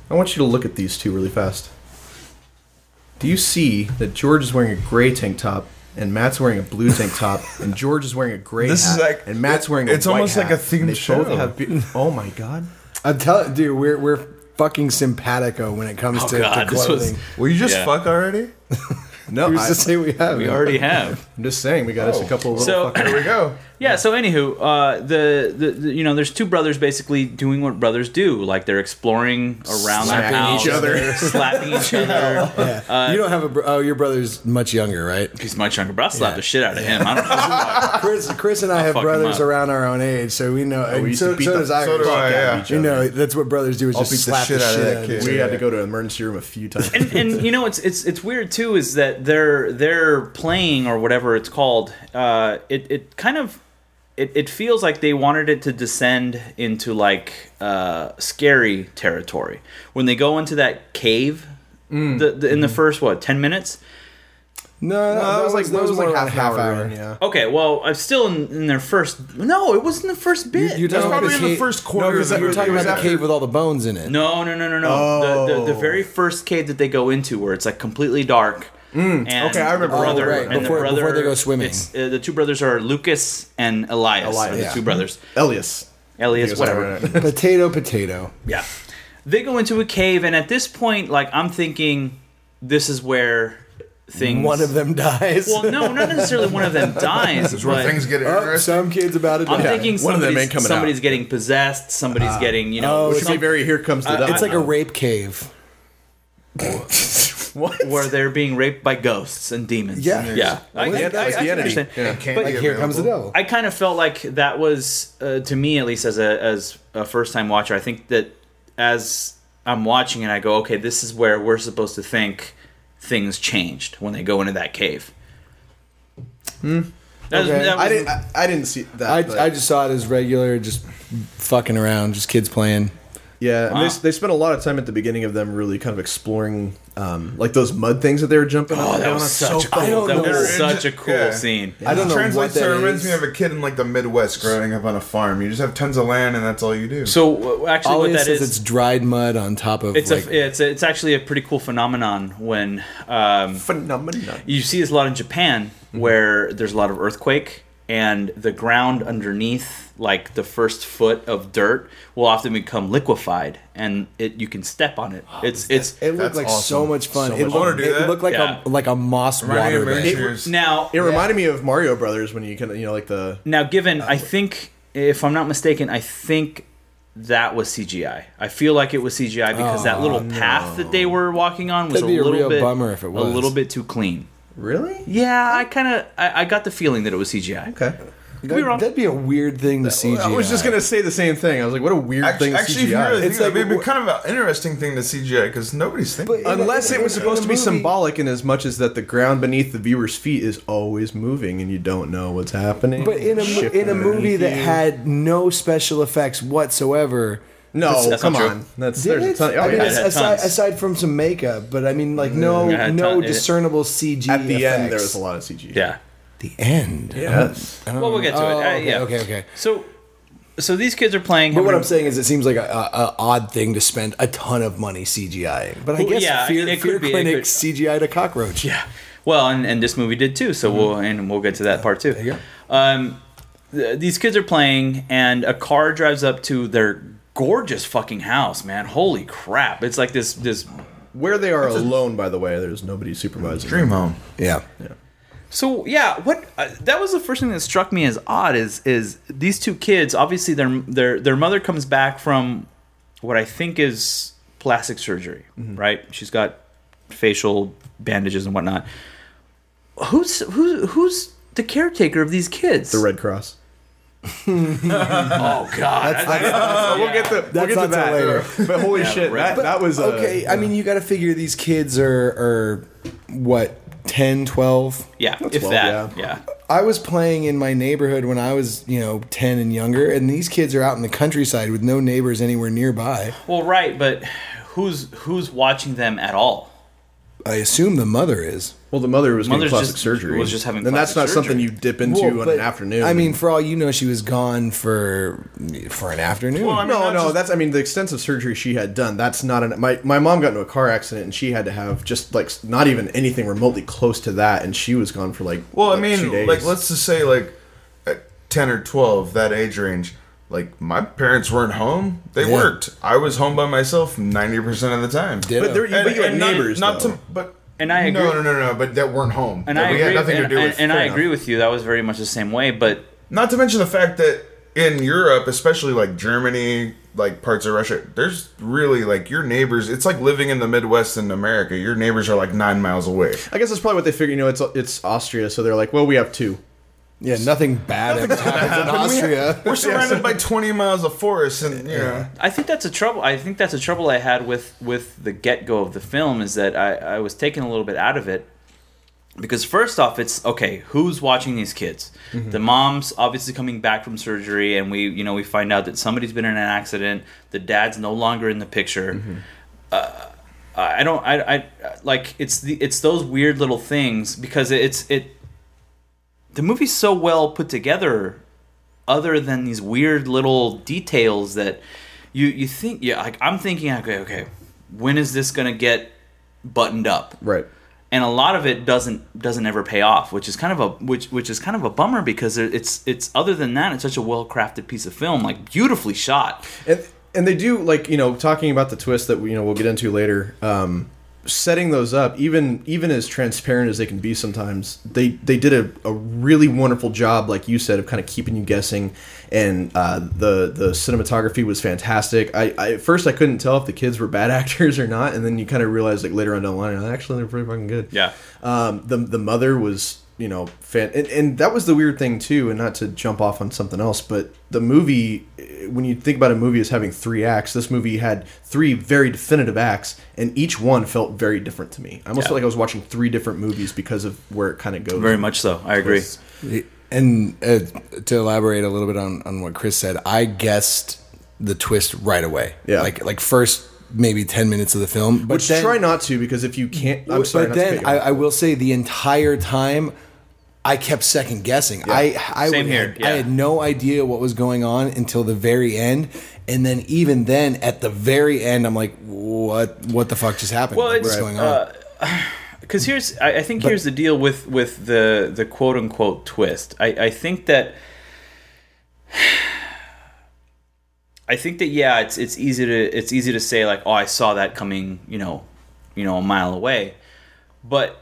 [SPEAKER 5] I want you to look at these two really fast. Do you see that George is wearing a gray tank top and Matt's wearing a blue tank top and George is wearing a gray
[SPEAKER 4] This
[SPEAKER 5] hat
[SPEAKER 4] is like-
[SPEAKER 5] and Matt's wearing a
[SPEAKER 4] it's
[SPEAKER 5] white
[SPEAKER 4] almost like
[SPEAKER 5] hat,
[SPEAKER 4] a themed
[SPEAKER 5] and they
[SPEAKER 4] show.
[SPEAKER 5] Both have be- oh my god.
[SPEAKER 1] I'm telling, dude, we're we're fucking simpatico when it comes
[SPEAKER 3] Oh
[SPEAKER 1] to,
[SPEAKER 3] God,
[SPEAKER 1] to
[SPEAKER 3] this was
[SPEAKER 1] clothing.
[SPEAKER 4] Will you just
[SPEAKER 3] Yeah.
[SPEAKER 4] fuck already?
[SPEAKER 5] No,
[SPEAKER 1] Who's
[SPEAKER 5] I,
[SPEAKER 1] to say we have?
[SPEAKER 3] We already have.
[SPEAKER 5] am just saying we got us a
[SPEAKER 4] Oh.
[SPEAKER 5] couple of
[SPEAKER 3] So-
[SPEAKER 5] little fucking
[SPEAKER 4] Here we go.
[SPEAKER 3] Yeah. So, anywho, uh, the, the, the you know, there's two brothers basically doing what brothers do, like they're exploring around their
[SPEAKER 5] Slapping
[SPEAKER 3] house,
[SPEAKER 5] each other.
[SPEAKER 3] they're slapping each other.
[SPEAKER 1] Yeah.
[SPEAKER 3] Uh,
[SPEAKER 1] you don't have a. Bro- oh, your brother's much younger, right?
[SPEAKER 3] He's my chunk of bro. I slapped the shit out of him. I don't know.
[SPEAKER 1] Chris, Chris and I have
[SPEAKER 3] fuck him
[SPEAKER 1] brothers
[SPEAKER 3] up.
[SPEAKER 1] around our own age, so we know.
[SPEAKER 5] we
[SPEAKER 1] and
[SPEAKER 5] used
[SPEAKER 1] so,
[SPEAKER 5] to beat
[SPEAKER 1] so
[SPEAKER 5] the-
[SPEAKER 1] does
[SPEAKER 5] so
[SPEAKER 1] Irish.
[SPEAKER 5] do
[SPEAKER 4] Oh,
[SPEAKER 5] I,
[SPEAKER 4] yeah.
[SPEAKER 5] each
[SPEAKER 1] You
[SPEAKER 5] other.
[SPEAKER 1] know, that's what brothers do is
[SPEAKER 4] I'll
[SPEAKER 1] just
[SPEAKER 4] beat the
[SPEAKER 1] slap the shit,
[SPEAKER 4] shit out of that
[SPEAKER 1] out of
[SPEAKER 4] kid.
[SPEAKER 1] each
[SPEAKER 5] we
[SPEAKER 1] other.
[SPEAKER 5] had to go to an emergency room a few times.
[SPEAKER 3] and, and you know it's it's it's weird too is that they're they're playing or whatever it's called. Uh, it it kind of it, it feels like they wanted it to descend into like uh, scary territory when they go into that cave.
[SPEAKER 1] Mm.
[SPEAKER 3] The, the, in
[SPEAKER 1] Mm-hmm.
[SPEAKER 3] the first what ten minutes?
[SPEAKER 1] No, no,
[SPEAKER 5] No,
[SPEAKER 1] that was like that was
[SPEAKER 5] more
[SPEAKER 1] like
[SPEAKER 5] than
[SPEAKER 1] half, half hour.
[SPEAKER 5] in, yeah.
[SPEAKER 3] Okay, well I'm still in, in their first. No, it wasn't the first bit.
[SPEAKER 1] You- you're talking about
[SPEAKER 4] probably in the
[SPEAKER 1] cave-
[SPEAKER 4] first
[SPEAKER 1] no,
[SPEAKER 4] quarter
[SPEAKER 1] you're
[SPEAKER 4] of the
[SPEAKER 1] talking- You're
[SPEAKER 4] movie.
[SPEAKER 1] talking
[SPEAKER 4] It was
[SPEAKER 1] about the
[SPEAKER 4] after-
[SPEAKER 1] cave with all the bones in it.
[SPEAKER 3] No, no, no, no, no. The, the, the
[SPEAKER 5] Oh.
[SPEAKER 3] very first cave that they go into, where it's like completely dark. and
[SPEAKER 5] okay, I
[SPEAKER 3] the
[SPEAKER 5] remember.
[SPEAKER 3] Brother,
[SPEAKER 1] Oh, right,
[SPEAKER 3] and the
[SPEAKER 1] before-
[SPEAKER 3] brother-
[SPEAKER 1] before they go swimming.
[SPEAKER 3] it's, uh, the two brothers are Lucas and Elias.
[SPEAKER 5] Elias,
[SPEAKER 3] are the
[SPEAKER 5] yeah. Mm-hmm.
[SPEAKER 3] two brothers.
[SPEAKER 5] Elias.
[SPEAKER 3] Elias, whatever.
[SPEAKER 1] Potato, potato.
[SPEAKER 3] Yeah. They go into a cave, and at this point, like I'm thinking, this is where things.
[SPEAKER 1] One of them dies.
[SPEAKER 3] Well, no, not necessarily one of them dies.
[SPEAKER 4] That's where
[SPEAKER 3] but
[SPEAKER 4] things get
[SPEAKER 1] Oh,
[SPEAKER 4] interesting.
[SPEAKER 1] some kid's about to die.
[SPEAKER 3] I'm thinking
[SPEAKER 5] one of them
[SPEAKER 3] somebody's,
[SPEAKER 5] ain't coming out.
[SPEAKER 3] somebody's getting possessed. Somebody's getting you know.
[SPEAKER 1] oh,
[SPEAKER 5] Should be very here comes the
[SPEAKER 1] it's like a rape cave.
[SPEAKER 5] what?
[SPEAKER 3] where they're being raped by ghosts and demons.
[SPEAKER 1] Yeah.
[SPEAKER 3] yeah. I,
[SPEAKER 5] yeah,
[SPEAKER 3] I-
[SPEAKER 5] that was
[SPEAKER 3] I
[SPEAKER 5] the
[SPEAKER 3] can
[SPEAKER 5] entity.
[SPEAKER 3] understand.
[SPEAKER 5] Yeah.
[SPEAKER 4] Candy
[SPEAKER 1] Like here comes the
[SPEAKER 4] available.
[SPEAKER 1] devil.
[SPEAKER 3] I kind of felt like that was uh, to me at least as a as a first time watcher. I think that as I'm watching it, I go, okay, this is where we're supposed to think things changed when they go into that cave. Hmm. That was,
[SPEAKER 1] Okay.
[SPEAKER 3] that was,
[SPEAKER 5] I didn't. I, I didn't see that.
[SPEAKER 1] I,
[SPEAKER 5] but-
[SPEAKER 1] I just saw it as regular, just fucking around, just kids playing.
[SPEAKER 5] Yeah, and
[SPEAKER 3] Wow.
[SPEAKER 5] they, they spent a lot of time at the beginning of them really kind of exploring, um, like those mud things that they were jumping.
[SPEAKER 3] oh,
[SPEAKER 5] up and
[SPEAKER 3] that
[SPEAKER 5] down
[SPEAKER 3] was
[SPEAKER 5] on.
[SPEAKER 3] such a
[SPEAKER 1] I
[SPEAKER 3] cool.
[SPEAKER 1] don't
[SPEAKER 3] That
[SPEAKER 1] know.
[SPEAKER 3] was such a cool
[SPEAKER 4] Yeah.
[SPEAKER 3] scene.
[SPEAKER 1] I don't know
[SPEAKER 4] Translates
[SPEAKER 1] what that
[SPEAKER 4] to it reminds
[SPEAKER 1] is.
[SPEAKER 4] me of a kid in like the Midwest growing up on a farm. You just have tons of land and that's all you do.
[SPEAKER 3] So uh, actually,
[SPEAKER 1] All
[SPEAKER 3] what
[SPEAKER 1] it
[SPEAKER 3] that
[SPEAKER 1] says
[SPEAKER 3] is,
[SPEAKER 1] it's dried mud on top of.
[SPEAKER 3] it's
[SPEAKER 1] like,
[SPEAKER 3] a it's a, it's actually a pretty cool phenomenon when um,
[SPEAKER 5] phenomenon.
[SPEAKER 3] you see this a lot in Japan
[SPEAKER 1] Mm-hmm.
[SPEAKER 3] where there's a lot of earthquake and the ground underneath like the first foot of dirt will often become liquefied and it you can step on it
[SPEAKER 1] Oh,
[SPEAKER 3] it's it's
[SPEAKER 1] it looked
[SPEAKER 4] That's
[SPEAKER 1] like so
[SPEAKER 4] awesome.
[SPEAKER 1] much fun.
[SPEAKER 4] So
[SPEAKER 1] it,
[SPEAKER 4] much
[SPEAKER 1] looked,
[SPEAKER 4] fun. Wanna do
[SPEAKER 1] it
[SPEAKER 4] that?
[SPEAKER 1] looked like
[SPEAKER 3] Yeah.
[SPEAKER 1] a like a moss
[SPEAKER 4] Remind me
[SPEAKER 1] water
[SPEAKER 4] of
[SPEAKER 1] bed.
[SPEAKER 4] Miniatures.
[SPEAKER 3] now
[SPEAKER 5] It reminded me of Mario Brothers when you can, you know, like the
[SPEAKER 3] now given i think if i'm not mistaken i think that was CGI. I feel like it was CGI because that little path that they were walking on was
[SPEAKER 1] That'd Oh, be a
[SPEAKER 3] a little
[SPEAKER 1] real
[SPEAKER 3] bit
[SPEAKER 1] bummer if it
[SPEAKER 3] a
[SPEAKER 1] was.
[SPEAKER 3] little bit too clean.
[SPEAKER 5] really
[SPEAKER 3] Yeah, I kind of I, I got the feeling that it was CGI.
[SPEAKER 5] okay.
[SPEAKER 3] Could be wrong.
[SPEAKER 1] That, would be a weird thing to CGI.
[SPEAKER 5] I was just gonna say the same thing. I was like, what a weird
[SPEAKER 4] actually,
[SPEAKER 5] thing. to
[SPEAKER 4] actually if you
[SPEAKER 5] CGI.
[SPEAKER 4] really
[SPEAKER 1] It's
[SPEAKER 4] think about it,
[SPEAKER 1] like
[SPEAKER 4] it'd be
[SPEAKER 1] wh-
[SPEAKER 4] kind of an interesting thing to CGI because nobody's thinking.
[SPEAKER 1] But-
[SPEAKER 5] Unless it was supposed to be
[SPEAKER 1] In the movie-
[SPEAKER 5] symbolic, in as much as that the ground beneath the viewer's feet is always moving, and you don't know what's happening.
[SPEAKER 1] But in a mo-
[SPEAKER 5] Shifting
[SPEAKER 1] in a movie
[SPEAKER 5] underneath
[SPEAKER 1] that
[SPEAKER 5] you.
[SPEAKER 1] had no special effects whatsoever.
[SPEAKER 5] no,
[SPEAKER 3] that's
[SPEAKER 5] come
[SPEAKER 3] not true.
[SPEAKER 5] on, that's
[SPEAKER 1] Did
[SPEAKER 5] there's a
[SPEAKER 1] it?
[SPEAKER 5] ton. Oh,
[SPEAKER 1] I mean,
[SPEAKER 5] yeah.
[SPEAKER 3] it had
[SPEAKER 1] aside,
[SPEAKER 3] tons.
[SPEAKER 1] aside from some makeup, but I mean, like no
[SPEAKER 3] Yeah, it Mm, had
[SPEAKER 1] no
[SPEAKER 3] ton- it-
[SPEAKER 1] discernible CG.
[SPEAKER 5] At the
[SPEAKER 1] effects.
[SPEAKER 5] end, there was a lot of CG.
[SPEAKER 3] Yeah.
[SPEAKER 1] The end.
[SPEAKER 5] Yes.
[SPEAKER 3] Well, we'll get to it.
[SPEAKER 1] Oh,
[SPEAKER 3] Uh,
[SPEAKER 1] okay,
[SPEAKER 3] yeah.
[SPEAKER 1] okay, okay.
[SPEAKER 3] So, so these kids are playing.
[SPEAKER 1] But what
[SPEAKER 3] having-
[SPEAKER 1] I'm saying is, it seems like a, a, a odd thing to spend a ton of money CGIing. But I
[SPEAKER 3] Well,
[SPEAKER 1] guess
[SPEAKER 3] yeah, I
[SPEAKER 1] Fear,
[SPEAKER 3] mean, it
[SPEAKER 1] Fear
[SPEAKER 3] could be, it
[SPEAKER 1] Clinic
[SPEAKER 3] could-
[SPEAKER 1] CGI'd a cockroach.
[SPEAKER 3] Yeah. Well, and, and this movie did too. So we'll and we'll get to that part too.
[SPEAKER 1] you
[SPEAKER 3] Um, th- these kids are playing, and a car drives up to their gorgeous fucking house. Man, holy crap! It's like this this.
[SPEAKER 5] Where they are alone, by the way, there's nobody supervising.
[SPEAKER 4] Dream home.
[SPEAKER 1] Yeah.
[SPEAKER 3] Uh, So yeah, what uh, that was the first thing that struck me as odd is is these two kids. Obviously, their their their mother comes back from what I think is plastic surgery.
[SPEAKER 4] Mm-hmm.
[SPEAKER 3] Right? She's got facial bandages and whatnot. Who's who, who's the caretaker of these kids?
[SPEAKER 5] The Red Cross.
[SPEAKER 3] Oh God!
[SPEAKER 5] We'll get to,
[SPEAKER 1] That's not till later.
[SPEAKER 5] But holy shit,
[SPEAKER 3] Red-
[SPEAKER 5] that, that was uh,
[SPEAKER 1] okay, I mean, you got to figure these kids are are what 10, 12.
[SPEAKER 3] Yeah, if
[SPEAKER 5] well,
[SPEAKER 3] that.
[SPEAKER 5] yeah.
[SPEAKER 3] Yeah.
[SPEAKER 1] I was playing in my neighborhood when I was, you know, 10 and younger, and these kids are out in the countryside with no neighbors anywhere nearby.
[SPEAKER 3] Well, right, but who's who's watching them at all?
[SPEAKER 1] I assume the mother is.
[SPEAKER 5] Well, the mother was getting
[SPEAKER 3] Mother's
[SPEAKER 5] plastic
[SPEAKER 3] just-
[SPEAKER 5] surgery.
[SPEAKER 3] was just having
[SPEAKER 5] Then that's not
[SPEAKER 3] plastic
[SPEAKER 5] something
[SPEAKER 3] surgery.
[SPEAKER 5] you dip into
[SPEAKER 1] Well,
[SPEAKER 5] on
[SPEAKER 1] but,
[SPEAKER 5] an afternoon.
[SPEAKER 1] I mean, for all you know, she was gone for for an afternoon.
[SPEAKER 4] Well, Oh, I mean,
[SPEAKER 5] no,
[SPEAKER 4] that's
[SPEAKER 5] no,
[SPEAKER 4] just-
[SPEAKER 5] that's I mean the extensive surgery she had done. That's not an my my mom got into a car accident and she had to have just like s- not even anything remotely close to that, and she was gone for like
[SPEAKER 4] Well, I
[SPEAKER 5] like, two
[SPEAKER 4] mean,
[SPEAKER 5] days.
[SPEAKER 4] like let's just say like at ten or twelve, that age range. Like my parents weren't home; they
[SPEAKER 1] Yeah.
[SPEAKER 4] worked. I was home by myself ninety percent of the time.
[SPEAKER 1] Ditto.
[SPEAKER 5] but, there, you, but you had
[SPEAKER 4] not-
[SPEAKER 5] neighbors
[SPEAKER 4] not,
[SPEAKER 5] though.
[SPEAKER 4] to, but
[SPEAKER 3] And I agree.
[SPEAKER 4] No, no, no, no. But that weren't home.
[SPEAKER 3] And
[SPEAKER 4] that
[SPEAKER 3] I
[SPEAKER 4] we
[SPEAKER 3] agree.
[SPEAKER 4] had nothing to
[SPEAKER 3] and
[SPEAKER 4] do
[SPEAKER 3] and-
[SPEAKER 4] with.
[SPEAKER 3] and I
[SPEAKER 4] Fair enough.
[SPEAKER 3] agree with you. That was very much the same way. But
[SPEAKER 4] Not to mention the fact that in Europe, especially like Germany, like parts of Russia, there's really like your neighbors. It's like living in the Midwest in America. Your neighbors are like nine miles away.
[SPEAKER 5] I guess that's probably what they figured. You know, it's it's Austria, so they're like, well, we have two.
[SPEAKER 1] yeah, nothing bad ever happens in Austria.
[SPEAKER 4] We're surrounded by twenty miles of forest, and you know.
[SPEAKER 3] I think that's a trouble. I think that's a trouble I had with with the get go of the film is that I, I was taken a little bit out of it because first off, it's okay. Who's watching these kids? The mom's obviously coming back from surgery, and we you know we find out that somebody's been in an accident. The dad's no longer in the picture. Uh, I I don't. I, I like it's the it's those weird little things because it's it. The movie's so well put together other than these weird little details that you you think yeah like I'm thinking okay okay when is this gonna get buttoned up
[SPEAKER 5] Right.
[SPEAKER 3] and a lot of it doesn't doesn't ever pay off which is kind of a which which is kind of a bummer because there- it's it's other than that it's such a well crafted piece of film like beautifully shot
[SPEAKER 5] and and they do like you know talking about the twist that we you know we'll get into later um setting those up even even as transparent as they can be sometimes they they did a, a really wonderful job like you said of kind of keeping you guessing and uh the the cinematography was fantastic i, I at first i couldn't tell if the kids were bad actors or not and then you kind of realize like later on down the line "Oh, actually they're pretty fucking good
[SPEAKER 3] Yeah.
[SPEAKER 5] um the the mother was you know fan and, and that was the weird thing too and not to jump off on something else but the movie eh, when you think about a movie as having three acts this movie had three very definitive acts and each one felt very different to me i almost
[SPEAKER 3] Yeah.
[SPEAKER 5] felt like i was watching three different movies because of where it kind of goes
[SPEAKER 3] very much so I agree
[SPEAKER 1] And uh, to elaborate a little bit on, on what Chris said, I guessed the twist right away.
[SPEAKER 5] Yeah.
[SPEAKER 1] like like first maybe ten minutes of the film, but
[SPEAKER 5] which
[SPEAKER 1] then,
[SPEAKER 5] try not to because if you can't i'm sorry
[SPEAKER 1] but
[SPEAKER 5] not to cut
[SPEAKER 1] then
[SPEAKER 5] you
[SPEAKER 1] I,
[SPEAKER 5] off.
[SPEAKER 1] I will say the entire time I kept second guessing. I I,
[SPEAKER 3] Same
[SPEAKER 1] would-
[SPEAKER 3] here,
[SPEAKER 1] I
[SPEAKER 3] yeah.
[SPEAKER 1] had no idea what was going on until the very end, and then even then at the very end, I'm like, what what the fuck just happened?
[SPEAKER 3] Well,
[SPEAKER 1] Like,
[SPEAKER 3] it's, uh,
[SPEAKER 1] what's going on?
[SPEAKER 3] because here's I, I think here's the deal with with the the quote unquote twist. I I think that I think that yeah, it's it's easy to it's easy to say like oh I saw that coming you know you know a mile away, but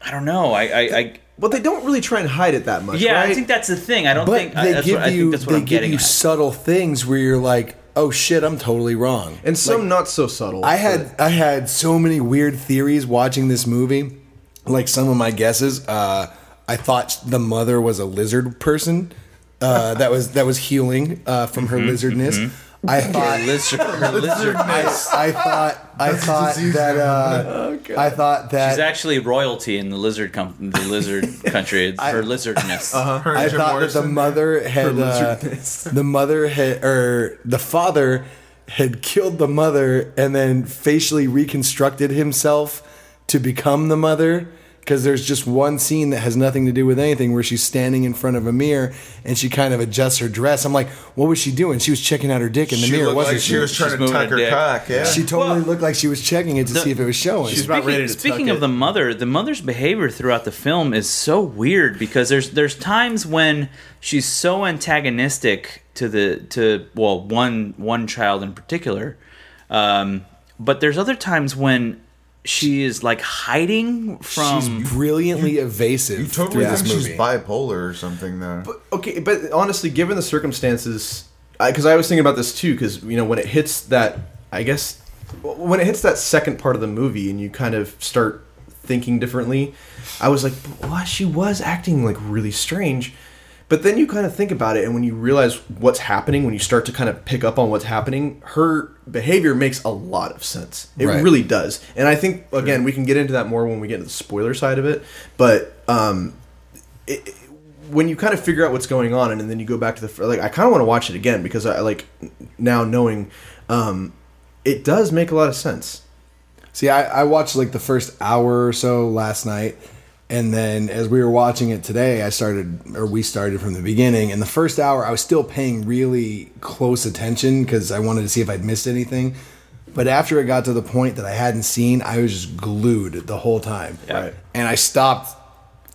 [SPEAKER 3] I don't know I I. I
[SPEAKER 5] but they don't really try and hide it that much
[SPEAKER 3] yeah,
[SPEAKER 5] right?
[SPEAKER 3] I think that's the thing. I don't
[SPEAKER 1] but
[SPEAKER 3] think I,
[SPEAKER 1] they
[SPEAKER 3] that's
[SPEAKER 1] give
[SPEAKER 3] what, I
[SPEAKER 1] you
[SPEAKER 3] think that's what
[SPEAKER 1] they
[SPEAKER 3] I'm
[SPEAKER 1] give
[SPEAKER 3] getting
[SPEAKER 1] you
[SPEAKER 3] at.
[SPEAKER 1] subtle things where you're like, oh shit, I'm totally wrong.
[SPEAKER 5] and some not so subtle
[SPEAKER 1] I
[SPEAKER 5] but-
[SPEAKER 1] had I had so many weird theories watching this movie. Like some of my guesses, uh, I thought the mother was a lizard person uh, that was that was healing uh, from her
[SPEAKER 3] Mm-hmm,
[SPEAKER 1] lizardness. I thought lizard. I, I thought I thought that uh, I thought that
[SPEAKER 3] Oh, She's actually royalty in the lizard com- the lizard country. It's her lizardness.
[SPEAKER 1] I
[SPEAKER 4] Jim
[SPEAKER 1] thought that the
[SPEAKER 4] Morrison.
[SPEAKER 1] mother had uh, the mother had or the father had killed the mother and then facially reconstructed himself to become the mother because there's just one scene that has nothing to do with anything where she's standing in front of a mirror and she kind of adjusts her dress. I'm like, what was she doing? She was checking out her dick in the
[SPEAKER 4] She
[SPEAKER 1] mirror,
[SPEAKER 4] looked
[SPEAKER 1] wasn't
[SPEAKER 4] like
[SPEAKER 1] she?
[SPEAKER 4] she was
[SPEAKER 3] She's
[SPEAKER 4] trying to
[SPEAKER 3] moving
[SPEAKER 4] tuck
[SPEAKER 3] her
[SPEAKER 4] her
[SPEAKER 3] dick.
[SPEAKER 4] cock. Yeah.
[SPEAKER 1] She totally
[SPEAKER 3] Well,
[SPEAKER 1] looked like she was checking it to
[SPEAKER 3] the-
[SPEAKER 1] see if it was showing.
[SPEAKER 5] She's about ready to tuck
[SPEAKER 3] speaking
[SPEAKER 5] it.
[SPEAKER 3] of the mother, the mother's behavior throughout the film is so weird because there's there's times when she's so antagonistic to the to well one one child in particular, um, but there's other times when she is like hiding from.
[SPEAKER 1] She's brilliantly evasive
[SPEAKER 4] You totally
[SPEAKER 1] through
[SPEAKER 4] think
[SPEAKER 1] this
[SPEAKER 4] she's
[SPEAKER 1] movie.
[SPEAKER 4] bipolar or something, though.
[SPEAKER 5] okay but honestly given the circumstances because I, was thinking about this too because you know when it hits that i guess when it hits that second part of the movie and you kind of start thinking differently i was like "But why she was acting like really strange But then you kind of think about it, and when you realize what's happening, when you start to kind of pick up on what's happening, her behavior makes a lot of sense. It
[SPEAKER 1] Right.
[SPEAKER 5] really does. And I think, again, we can get into that more when we get to the spoiler side of it. But um, it, when you kind of figure out what's going on, and, then you go back to the fir- like, I kind of want to watch it again because I like now knowing um, it does make a lot of sense.
[SPEAKER 1] See, I, I watched like the first hour or so last night, and then as we were watching it today, I started or we started from the beginning. And the first hour, I was still paying really close attention because I wanted to see if I'd missed anything. But after it got to the point that I hadn't seen, I was just glued the whole time.
[SPEAKER 3] Yeah. Right.
[SPEAKER 1] And I stopped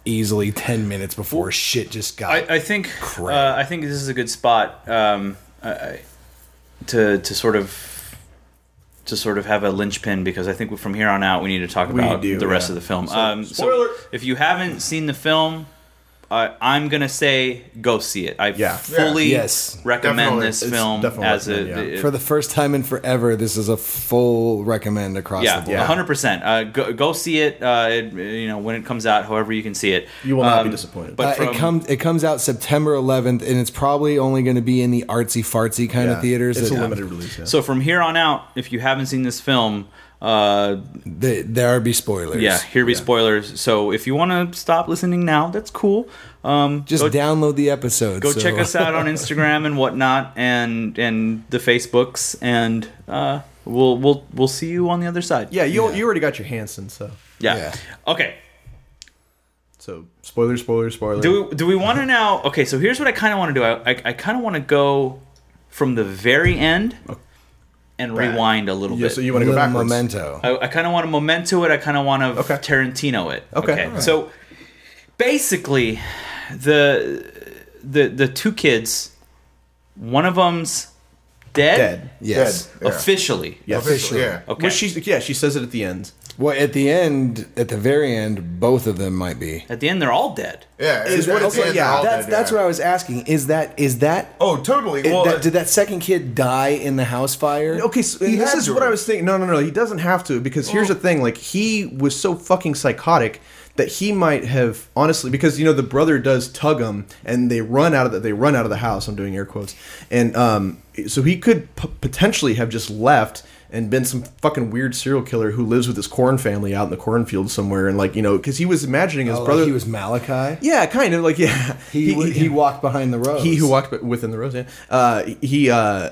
[SPEAKER 1] easily ten minutes before shit just got.
[SPEAKER 3] I, I think
[SPEAKER 1] Crap.
[SPEAKER 3] uh, I think this is a good spot um, I, I, to to sort of to sort of have a linchpin because I think from here on out we need to talk about
[SPEAKER 5] do,
[SPEAKER 3] the rest
[SPEAKER 5] yeah.
[SPEAKER 3] of the film. um, spoiler: If you haven't seen the film, uh, I'm gonna say go see it. I
[SPEAKER 5] Yeah.
[SPEAKER 3] fully
[SPEAKER 1] Yeah. Yes.
[SPEAKER 3] recommend
[SPEAKER 4] Definitely.
[SPEAKER 3] this
[SPEAKER 5] It's
[SPEAKER 3] film
[SPEAKER 5] definitely
[SPEAKER 3] as a
[SPEAKER 5] recommend, yeah.
[SPEAKER 3] it-
[SPEAKER 1] for the first time in forever, this is a full recommend across the
[SPEAKER 3] yeah,
[SPEAKER 1] board.
[SPEAKER 3] one hundred percent. Go go see it. Uh, it. You know when it comes out, however you can see it.
[SPEAKER 5] You will not be disappointed.
[SPEAKER 3] Um, But
[SPEAKER 1] uh,
[SPEAKER 3] from,
[SPEAKER 1] it comes it comes out September 11th, and it's probably only going to be in the artsy fartsy kind
[SPEAKER 5] Yeah.
[SPEAKER 1] of theaters.
[SPEAKER 5] It's
[SPEAKER 1] that- uh,
[SPEAKER 5] a limited release. Yeah.
[SPEAKER 3] so from here on out, if you haven't seen this film, uh,
[SPEAKER 1] They, there be spoilers.
[SPEAKER 3] yeah, here be spoilers. So if you want to stop listening now, that's cool. Um,
[SPEAKER 1] just
[SPEAKER 3] go,
[SPEAKER 1] download the episode.
[SPEAKER 3] go
[SPEAKER 1] so-
[SPEAKER 3] check us out on Instagram and whatnot, and and the Facebooks, and uh, we'll we'll we'll see you on the other side.
[SPEAKER 5] yeah, you you already got your Hanson, so
[SPEAKER 3] yeah.
[SPEAKER 1] Yeah.
[SPEAKER 3] Okay.
[SPEAKER 5] so spoiler, spoiler, spoiler.
[SPEAKER 3] Do we, do we want to now? Okay, so here's what I kind of want to do. I I, I kind of want to go from the very end and rewind a little
[SPEAKER 5] yeah,
[SPEAKER 3] bit.
[SPEAKER 5] so you want to go
[SPEAKER 1] Little
[SPEAKER 5] backwards. Uh,
[SPEAKER 1] memento.
[SPEAKER 3] I, I kind of want to memento it. I kind of want to
[SPEAKER 5] Okay.
[SPEAKER 3] Tarantino it.
[SPEAKER 5] Okay, alright.
[SPEAKER 3] So basically, the the the two kids, one of them's dead,
[SPEAKER 5] Dead.
[SPEAKER 1] yes.
[SPEAKER 4] Dead. Yeah.
[SPEAKER 3] officially.
[SPEAKER 5] Yes.
[SPEAKER 4] Officially, yeah.
[SPEAKER 3] Okay.
[SPEAKER 5] Well, she's yeah, she says it at the end.
[SPEAKER 1] Well, at the end, at the very end, both of them might be.
[SPEAKER 3] At the end, they're all dead.
[SPEAKER 4] Yeah, it's
[SPEAKER 5] Is what
[SPEAKER 4] what
[SPEAKER 5] it's- yeah,
[SPEAKER 1] That's that's what I was asking. Is that is that?
[SPEAKER 4] Oh, totally.
[SPEAKER 1] it-
[SPEAKER 4] well,
[SPEAKER 3] uh,
[SPEAKER 1] that- did that second kid die in the house fire?
[SPEAKER 5] Okay, so
[SPEAKER 4] He
[SPEAKER 5] this
[SPEAKER 4] had
[SPEAKER 5] is
[SPEAKER 4] to
[SPEAKER 5] what
[SPEAKER 4] have.
[SPEAKER 5] I was thinking. No, no, no, he doesn't have to because here's
[SPEAKER 1] Oh.
[SPEAKER 5] the thing: like he was so fucking psychotic that he might have honestly because you know the brother does tug him and they run out of the, they run out of the house. I'm doing air quotes, and um, so he could p- potentially have just left and been some fucking weird serial killer who lives with his corn family out in the cornfield somewhere and like you know because he was imagining his
[SPEAKER 1] Oh, like
[SPEAKER 5] brother
[SPEAKER 1] he was Malachi.
[SPEAKER 5] yeah kind of like yeah
[SPEAKER 1] He, he, he walked behind the rose.
[SPEAKER 5] he who walked wi- within the rose. yeah. Uh, he, uh,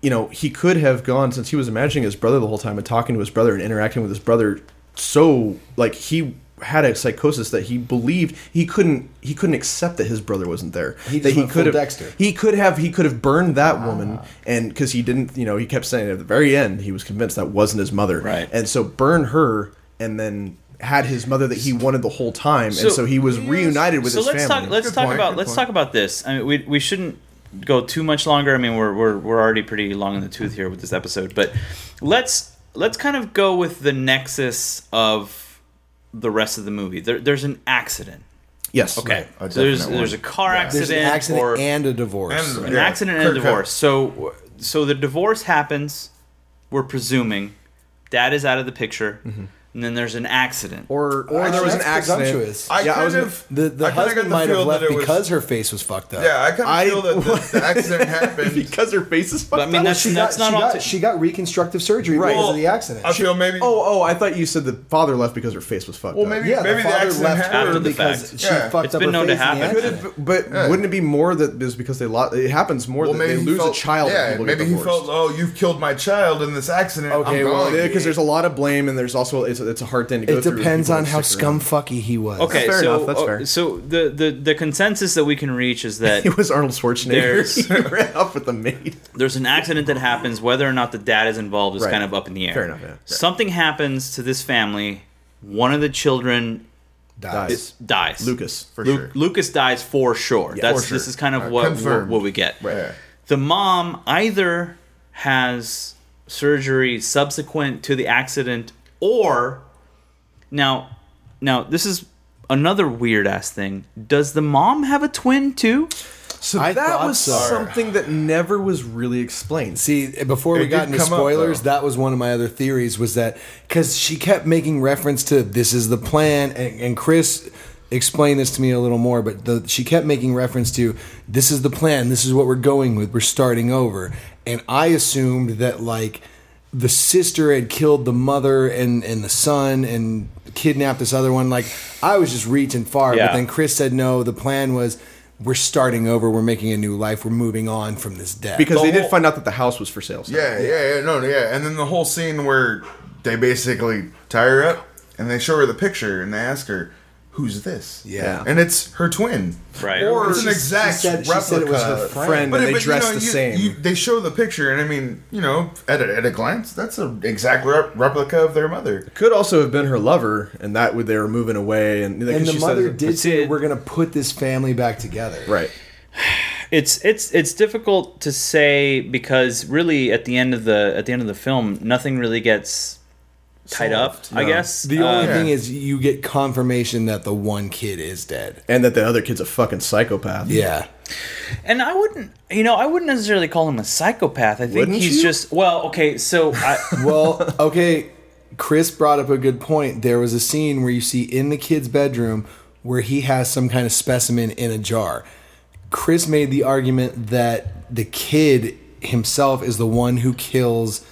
[SPEAKER 5] you know, he could have gone since he was imagining his brother the whole time and talking to his brother and interacting with his brother. So like he had a psychosis that he believed he couldn't he couldn't accept that his brother wasn't there.
[SPEAKER 1] He just
[SPEAKER 5] that he
[SPEAKER 1] went full
[SPEAKER 5] could have
[SPEAKER 1] Dexter.
[SPEAKER 5] he could have he could have burned that woman and because he didn't you know he kept saying at the very end he was convinced that wasn't his mother
[SPEAKER 3] Right.
[SPEAKER 5] and so burn her and then had his mother that he wanted the whole time and so he was reunited with
[SPEAKER 3] so
[SPEAKER 5] his
[SPEAKER 3] let's
[SPEAKER 5] family.
[SPEAKER 3] talk. Let's
[SPEAKER 4] Good
[SPEAKER 3] talk
[SPEAKER 4] point,
[SPEAKER 3] about.
[SPEAKER 4] good
[SPEAKER 3] Let's
[SPEAKER 4] point.
[SPEAKER 3] talk about this. I mean, we we shouldn't go too much longer. I mean, we're we're we're already pretty long in the tooth here with this episode, but let's let's kind of go with the nexus of the rest of the movie. There, there's an accident.
[SPEAKER 5] yes.
[SPEAKER 3] Okay,
[SPEAKER 4] A
[SPEAKER 3] So there's
[SPEAKER 4] definite
[SPEAKER 3] there's a
[SPEAKER 4] one.
[SPEAKER 3] car accident,
[SPEAKER 1] There's an accident
[SPEAKER 3] or
[SPEAKER 1] and a divorce.
[SPEAKER 4] And-
[SPEAKER 3] an
[SPEAKER 4] Yeah.
[SPEAKER 3] accident and a
[SPEAKER 4] Clear cut.
[SPEAKER 3] divorce. So so the divorce happens. We're presuming dad is out of the picture, and then there's an accident.
[SPEAKER 5] or or
[SPEAKER 1] Actually,
[SPEAKER 5] there was an
[SPEAKER 1] that's
[SPEAKER 5] accident.
[SPEAKER 1] presumptuous.
[SPEAKER 4] I
[SPEAKER 5] Yeah, I
[SPEAKER 4] kind
[SPEAKER 5] was gonna-
[SPEAKER 4] of
[SPEAKER 1] The the
[SPEAKER 4] I kinda
[SPEAKER 1] husband
[SPEAKER 4] got
[SPEAKER 1] might have
[SPEAKER 4] feel that
[SPEAKER 1] left
[SPEAKER 4] it was-
[SPEAKER 1] because her face was fucked up.
[SPEAKER 4] Yeah, I kind of
[SPEAKER 5] I-
[SPEAKER 4] feel that the, the accident happened.
[SPEAKER 5] because her face is fucked
[SPEAKER 3] I mean,
[SPEAKER 5] up.
[SPEAKER 3] that's
[SPEAKER 1] She got,
[SPEAKER 3] that's not
[SPEAKER 1] she,
[SPEAKER 3] all.
[SPEAKER 1] got,
[SPEAKER 3] to-
[SPEAKER 1] she got reconstructive surgery because
[SPEAKER 4] Well,
[SPEAKER 1] of the accident.
[SPEAKER 4] I feel maybe.
[SPEAKER 5] Oh, oh, I thought you said the father left because her face was fucked
[SPEAKER 4] well,
[SPEAKER 5] up.
[SPEAKER 4] maybe
[SPEAKER 1] yeah,
[SPEAKER 4] maybe
[SPEAKER 1] the
[SPEAKER 4] the,
[SPEAKER 1] father
[SPEAKER 4] accident
[SPEAKER 1] left
[SPEAKER 4] happened.
[SPEAKER 3] after the
[SPEAKER 1] because
[SPEAKER 3] fact.
[SPEAKER 1] she
[SPEAKER 4] Yeah.
[SPEAKER 1] fucked
[SPEAKER 3] It's
[SPEAKER 1] up
[SPEAKER 3] been
[SPEAKER 1] her
[SPEAKER 3] known to
[SPEAKER 1] face in the
[SPEAKER 3] happen.
[SPEAKER 5] Could
[SPEAKER 1] accident.
[SPEAKER 5] it, but wouldn't it be more that is because they lost? It happens more
[SPEAKER 4] Well,
[SPEAKER 5] that they
[SPEAKER 4] he
[SPEAKER 5] lose
[SPEAKER 4] felt-
[SPEAKER 5] a child.
[SPEAKER 4] Yeah,
[SPEAKER 5] when people
[SPEAKER 4] maybe
[SPEAKER 5] get
[SPEAKER 4] he
[SPEAKER 5] divorced.
[SPEAKER 4] felt, oh, you've killed my child in this accident.
[SPEAKER 1] Okay,
[SPEAKER 4] I'm
[SPEAKER 1] well,
[SPEAKER 4] gone.
[SPEAKER 5] because there's a lot of blame and there's also it's, it's a hard thing to go
[SPEAKER 1] It
[SPEAKER 5] through. when
[SPEAKER 1] depends
[SPEAKER 5] people
[SPEAKER 1] on
[SPEAKER 5] stick
[SPEAKER 1] how
[SPEAKER 5] around.
[SPEAKER 1] scumfucky he was.
[SPEAKER 3] Okay,
[SPEAKER 5] Fair
[SPEAKER 3] so
[SPEAKER 5] enough, that's
[SPEAKER 3] uh,
[SPEAKER 5] fair.
[SPEAKER 3] so the, the the consensus that we can reach is that
[SPEAKER 5] It was Arnold Schwarzenegger.
[SPEAKER 3] There's-
[SPEAKER 5] he ran off with the maid.
[SPEAKER 3] there's an accident that happens. Whether or not the dad is involved is
[SPEAKER 5] Right.
[SPEAKER 3] kind of up in the air.
[SPEAKER 5] Fair enough, yeah.
[SPEAKER 3] Something happens to this family. One of the children
[SPEAKER 5] Dies.
[SPEAKER 3] dies.
[SPEAKER 5] Lucas for
[SPEAKER 3] Lu-
[SPEAKER 5] sure.
[SPEAKER 3] Lucas dies for sure. That's
[SPEAKER 5] For sure.
[SPEAKER 3] this is kind of what, what
[SPEAKER 4] confirmed.
[SPEAKER 3] what we get.
[SPEAKER 4] Yeah.
[SPEAKER 3] The mom either has surgery subsequent to the accident or now now this is another weird ass thing. Does the mom have a twin too?
[SPEAKER 5] So
[SPEAKER 1] I
[SPEAKER 5] that
[SPEAKER 1] thought
[SPEAKER 5] was
[SPEAKER 1] so.
[SPEAKER 5] something that never was really explained.
[SPEAKER 1] See, before we
[SPEAKER 4] It
[SPEAKER 1] got
[SPEAKER 4] did
[SPEAKER 1] into
[SPEAKER 4] come up,
[SPEAKER 1] spoilers,
[SPEAKER 4] though.
[SPEAKER 1] that was one of my other theories was that because she kept making reference to this is the plan, and, and Chris explain this to me a little more, but the, she kept making reference to this is the plan, this is what we're going with, we're starting over. And I assumed that like the sister had killed the mother and, and the son and kidnapped this other one. Like I was just reaching far, but
[SPEAKER 3] Yeah.
[SPEAKER 1] then Chris said no, the plan was we're starting over, we're making a new life, we're moving on from this death.
[SPEAKER 5] because
[SPEAKER 4] The
[SPEAKER 5] they did
[SPEAKER 4] whole-
[SPEAKER 5] find out that the house was for sale. so-
[SPEAKER 4] Yeah, yeah, yeah, no, yeah. And then the whole scene where they basically tie her up and they show her the picture and they ask her, "Who's this?"
[SPEAKER 1] Yeah.
[SPEAKER 4] and it's her twin,
[SPEAKER 3] Right.
[SPEAKER 4] Or
[SPEAKER 3] She-
[SPEAKER 4] it's an
[SPEAKER 1] she
[SPEAKER 4] exact
[SPEAKER 1] said- she
[SPEAKER 4] replica.
[SPEAKER 1] said it was her
[SPEAKER 5] friend, and they dress the
[SPEAKER 4] you-
[SPEAKER 5] same.
[SPEAKER 4] you- they show the picture, and I mean, you know, at a, at a glance, that's an exact rep- replica of their mother.
[SPEAKER 5] Could also have been her lover, and that would they were moving away, and,
[SPEAKER 1] and the mother did say
[SPEAKER 3] did-
[SPEAKER 1] we're gonna put this family back together.
[SPEAKER 5] right.
[SPEAKER 3] It's it's it's difficult to say because really at the end of the at the end of the film nothing really gets tied up. I guess
[SPEAKER 1] The only
[SPEAKER 3] Uh,
[SPEAKER 1] thing is, you get confirmation that the one kid is dead.
[SPEAKER 5] And that the other kid's a fucking psychopath.
[SPEAKER 1] Yeah,
[SPEAKER 3] and I wouldn't you know I wouldn't necessarily call him a psychopath. I think
[SPEAKER 5] Wouldn't
[SPEAKER 3] he's
[SPEAKER 5] you?
[SPEAKER 3] just well okay. So I,
[SPEAKER 1] Well, okay. Chris brought up a good point. There was a scene where you see in the kid's bedroom where he has some kind of specimen in a jar. Chris made the argument that the kid himself is the one who kills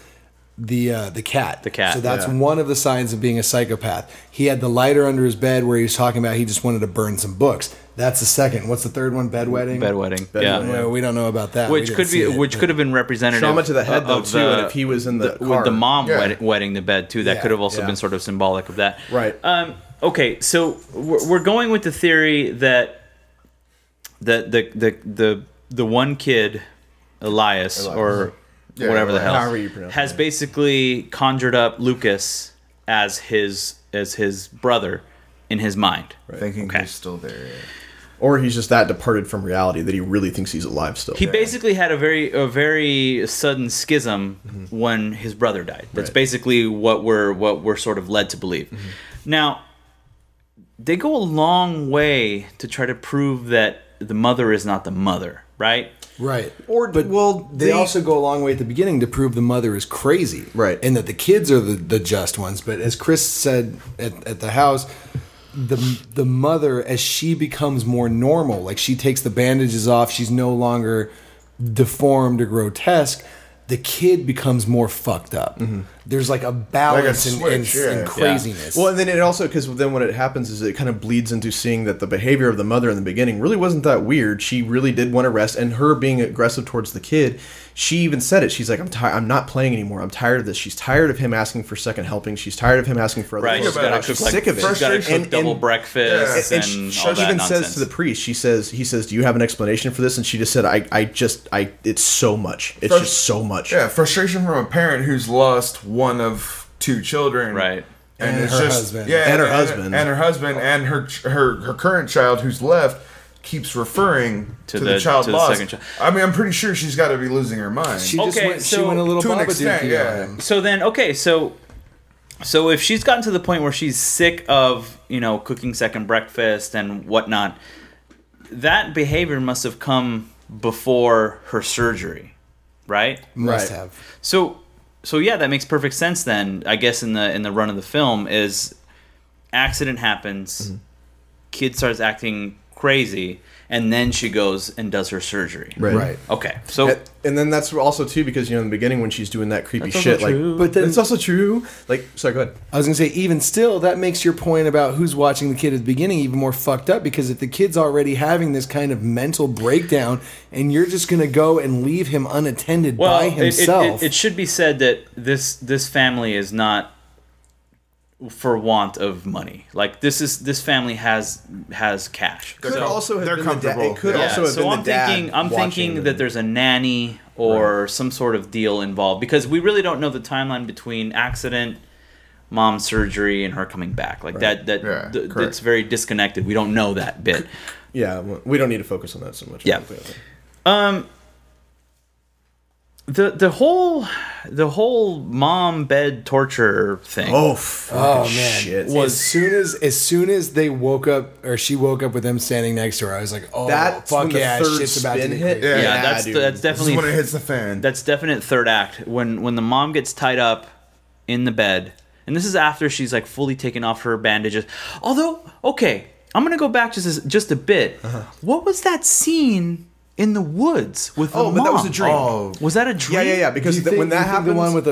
[SPEAKER 1] the uh, the cat. The
[SPEAKER 3] cat,
[SPEAKER 1] So that's
[SPEAKER 5] yeah.
[SPEAKER 1] one of the signs of being a psychopath. He had the lighter under his bed where he was talking about he just wanted to burn some books. That's the second. What's the third one? Bedwetting.
[SPEAKER 3] bedwetting.
[SPEAKER 5] Bedwetting.
[SPEAKER 3] Yeah.
[SPEAKER 1] Yeah, we don't know about that. We
[SPEAKER 3] Which
[SPEAKER 1] didn't
[SPEAKER 3] could
[SPEAKER 1] see
[SPEAKER 3] be,
[SPEAKER 1] it,
[SPEAKER 3] which
[SPEAKER 1] but-
[SPEAKER 3] could have been representative
[SPEAKER 5] Trauma to the head,
[SPEAKER 3] of
[SPEAKER 5] though, too, and if he was in the
[SPEAKER 3] with the
[SPEAKER 5] car.
[SPEAKER 3] mom
[SPEAKER 4] Yeah.
[SPEAKER 3] wet, wetting the bed too, that
[SPEAKER 1] Yeah,
[SPEAKER 3] could have also
[SPEAKER 1] yeah.
[SPEAKER 3] been sort of symbolic of that.
[SPEAKER 5] Right.
[SPEAKER 3] Um, okay, so we're, we're going with the theory that the the the the, the one kid, Elias, or
[SPEAKER 4] Yeah,
[SPEAKER 3] whatever the
[SPEAKER 4] Elias.
[SPEAKER 3] hell,
[SPEAKER 5] However you pronounce
[SPEAKER 3] has
[SPEAKER 5] it.
[SPEAKER 3] basically conjured up Lucas as his as his brother in his mind.
[SPEAKER 4] Thinking
[SPEAKER 3] Okay.
[SPEAKER 4] he's still there.
[SPEAKER 5] Or he's just that departed from reality that he really thinks he's alive still.
[SPEAKER 3] He basically had a very a very sudden schism when his brother died. That's
[SPEAKER 5] Right.
[SPEAKER 3] basically what we're what we're sort of led to believe. Now, they go a long way to try to prove that the mother is not the mother, right?
[SPEAKER 1] Right.
[SPEAKER 5] Or-
[SPEAKER 1] but
[SPEAKER 5] well,
[SPEAKER 1] they,
[SPEAKER 5] they-
[SPEAKER 1] also go a long way at the beginning to prove the mother is crazy,
[SPEAKER 5] Right.
[SPEAKER 1] and that the kids are the, the just ones. But as Chris said at, at the house, the the mother as she becomes more normal, like she takes the bandages off, she's no longer deformed or grotesque. The kid becomes more fucked up. There's like a balance and in, in-
[SPEAKER 4] switch, yeah.
[SPEAKER 1] in
[SPEAKER 4] Yeah.
[SPEAKER 1] craziness.
[SPEAKER 5] Well, and then it also because then what it happens is it kind of bleeds into seeing that the behavior of the mother in the beginning really wasn't that weird. She really did want to rest, and her being aggressive towards the kid, she even said it. She's like, "I'm tired. I'm not playing anymore. I'm tired of this." She's tired of him asking for second helpings. She's tired of him asking for other
[SPEAKER 3] Right.
[SPEAKER 5] things.
[SPEAKER 3] She's got to cook
[SPEAKER 5] She's
[SPEAKER 3] like
[SPEAKER 5] sick of it.
[SPEAKER 3] she's got to cook
[SPEAKER 4] Frustration.
[SPEAKER 3] double
[SPEAKER 5] and-
[SPEAKER 3] breakfast
[SPEAKER 5] and
[SPEAKER 3] and,
[SPEAKER 5] she, she
[SPEAKER 3] all that
[SPEAKER 5] even
[SPEAKER 3] nonsense.
[SPEAKER 5] says to the priest, she says, he says, "Do you have an explanation for this?" And she just said, "I, I just, I, it's so much. It's
[SPEAKER 4] Frus-
[SPEAKER 5] just so much."
[SPEAKER 4] Yeah, frustration from a parent who's lost one of two children.
[SPEAKER 3] Right.
[SPEAKER 4] And,
[SPEAKER 1] And
[SPEAKER 4] it's
[SPEAKER 1] her
[SPEAKER 4] just
[SPEAKER 1] husband.
[SPEAKER 4] yeah,
[SPEAKER 5] And her husband.
[SPEAKER 4] and her husband, and her ch- her her current child who's left keeps referring to,
[SPEAKER 3] To
[SPEAKER 4] the,
[SPEAKER 3] the-
[SPEAKER 4] child
[SPEAKER 3] to the
[SPEAKER 4] lost.
[SPEAKER 3] second child.
[SPEAKER 4] I mean, I'm pretty sure she's got to be losing her mind.
[SPEAKER 1] she just
[SPEAKER 3] Okay,
[SPEAKER 1] went, she
[SPEAKER 3] so
[SPEAKER 1] went a little
[SPEAKER 4] to an
[SPEAKER 1] Babadook
[SPEAKER 4] extent, yeah.
[SPEAKER 3] so then okay so so if she's gotten to the point where she's sick of you know cooking second breakfast and whatnot that behavior must have come before her surgery right
[SPEAKER 1] must
[SPEAKER 5] Right.
[SPEAKER 1] have.
[SPEAKER 3] so so yeah that makes perfect sense then i guess in the in the run of the film is accident
[SPEAKER 1] Mm-hmm.
[SPEAKER 3] happens kid starts acting crazy and then she goes and does her surgery
[SPEAKER 1] Right.
[SPEAKER 3] okay so
[SPEAKER 5] And- And then that's also too because you know in the beginning when she's doing that creepy
[SPEAKER 3] That's also
[SPEAKER 5] shit, like
[SPEAKER 3] true.
[SPEAKER 1] But then-
[SPEAKER 5] it's also true. Like, sorry, go ahead.
[SPEAKER 1] I was gonna say, even still, that makes your point about who's watching the kid at the beginning even more fucked up because if the kid's already having this kind of mental breakdown and you're just gonna go and leave him unattended
[SPEAKER 3] well,
[SPEAKER 1] by
[SPEAKER 3] it- it- it-
[SPEAKER 1] himself,
[SPEAKER 3] It, should be said that this this family is not for want of money. Like this is this family has has cash.
[SPEAKER 5] Could
[SPEAKER 3] So-
[SPEAKER 5] also have
[SPEAKER 4] they're
[SPEAKER 5] been the da-
[SPEAKER 4] comfortable.
[SPEAKER 5] it could
[SPEAKER 4] Yeah.
[SPEAKER 5] also have
[SPEAKER 3] so
[SPEAKER 5] been
[SPEAKER 3] I'm
[SPEAKER 5] the dad
[SPEAKER 3] thinking I'm
[SPEAKER 5] watching
[SPEAKER 3] thinking
[SPEAKER 5] them.
[SPEAKER 3] that there's a nanny or some sort of deal involved because we really don't know the timeline between accident, mom's surgery, and her coming back. Like that that
[SPEAKER 4] Yeah,
[SPEAKER 3] th-
[SPEAKER 4] correct.
[SPEAKER 3] that's very disconnected. We don't know that bit.
[SPEAKER 5] yeah. well, We don't need to focus on that so much. I
[SPEAKER 3] Yeah.
[SPEAKER 5] don't think.
[SPEAKER 3] The the whole the whole mom bed torture thing.
[SPEAKER 5] Oh, fucking
[SPEAKER 1] oh man,
[SPEAKER 5] shit.
[SPEAKER 1] as soon as as soon as they woke up or she woke up with him standing next to her, I was like, oh
[SPEAKER 5] That's
[SPEAKER 1] fuck
[SPEAKER 5] when the
[SPEAKER 1] yeah,
[SPEAKER 5] third
[SPEAKER 1] shit's about to
[SPEAKER 5] spin
[SPEAKER 1] get
[SPEAKER 5] hit.
[SPEAKER 1] crazy.
[SPEAKER 3] yeah,
[SPEAKER 5] yeah,
[SPEAKER 3] that's
[SPEAKER 5] dude.
[SPEAKER 3] that's
[SPEAKER 4] this is
[SPEAKER 3] definitely
[SPEAKER 4] when it hits the fan.
[SPEAKER 3] That's definite third act when when the mom gets tied up in the bed, and this is after she's like fully taken off her bandages. Although, okay, I'm gonna go back just just a bit.
[SPEAKER 5] Uh-huh.
[SPEAKER 3] What was that scene in the woods with the
[SPEAKER 5] Oh, but that was
[SPEAKER 3] mom?
[SPEAKER 5] a dream.
[SPEAKER 4] Oh.
[SPEAKER 3] Was that a dream?
[SPEAKER 5] Yeah, yeah, yeah. Because
[SPEAKER 1] Do you
[SPEAKER 5] th-
[SPEAKER 1] think-
[SPEAKER 5] when
[SPEAKER 1] do you
[SPEAKER 5] that
[SPEAKER 1] think
[SPEAKER 5] happens,
[SPEAKER 1] the one with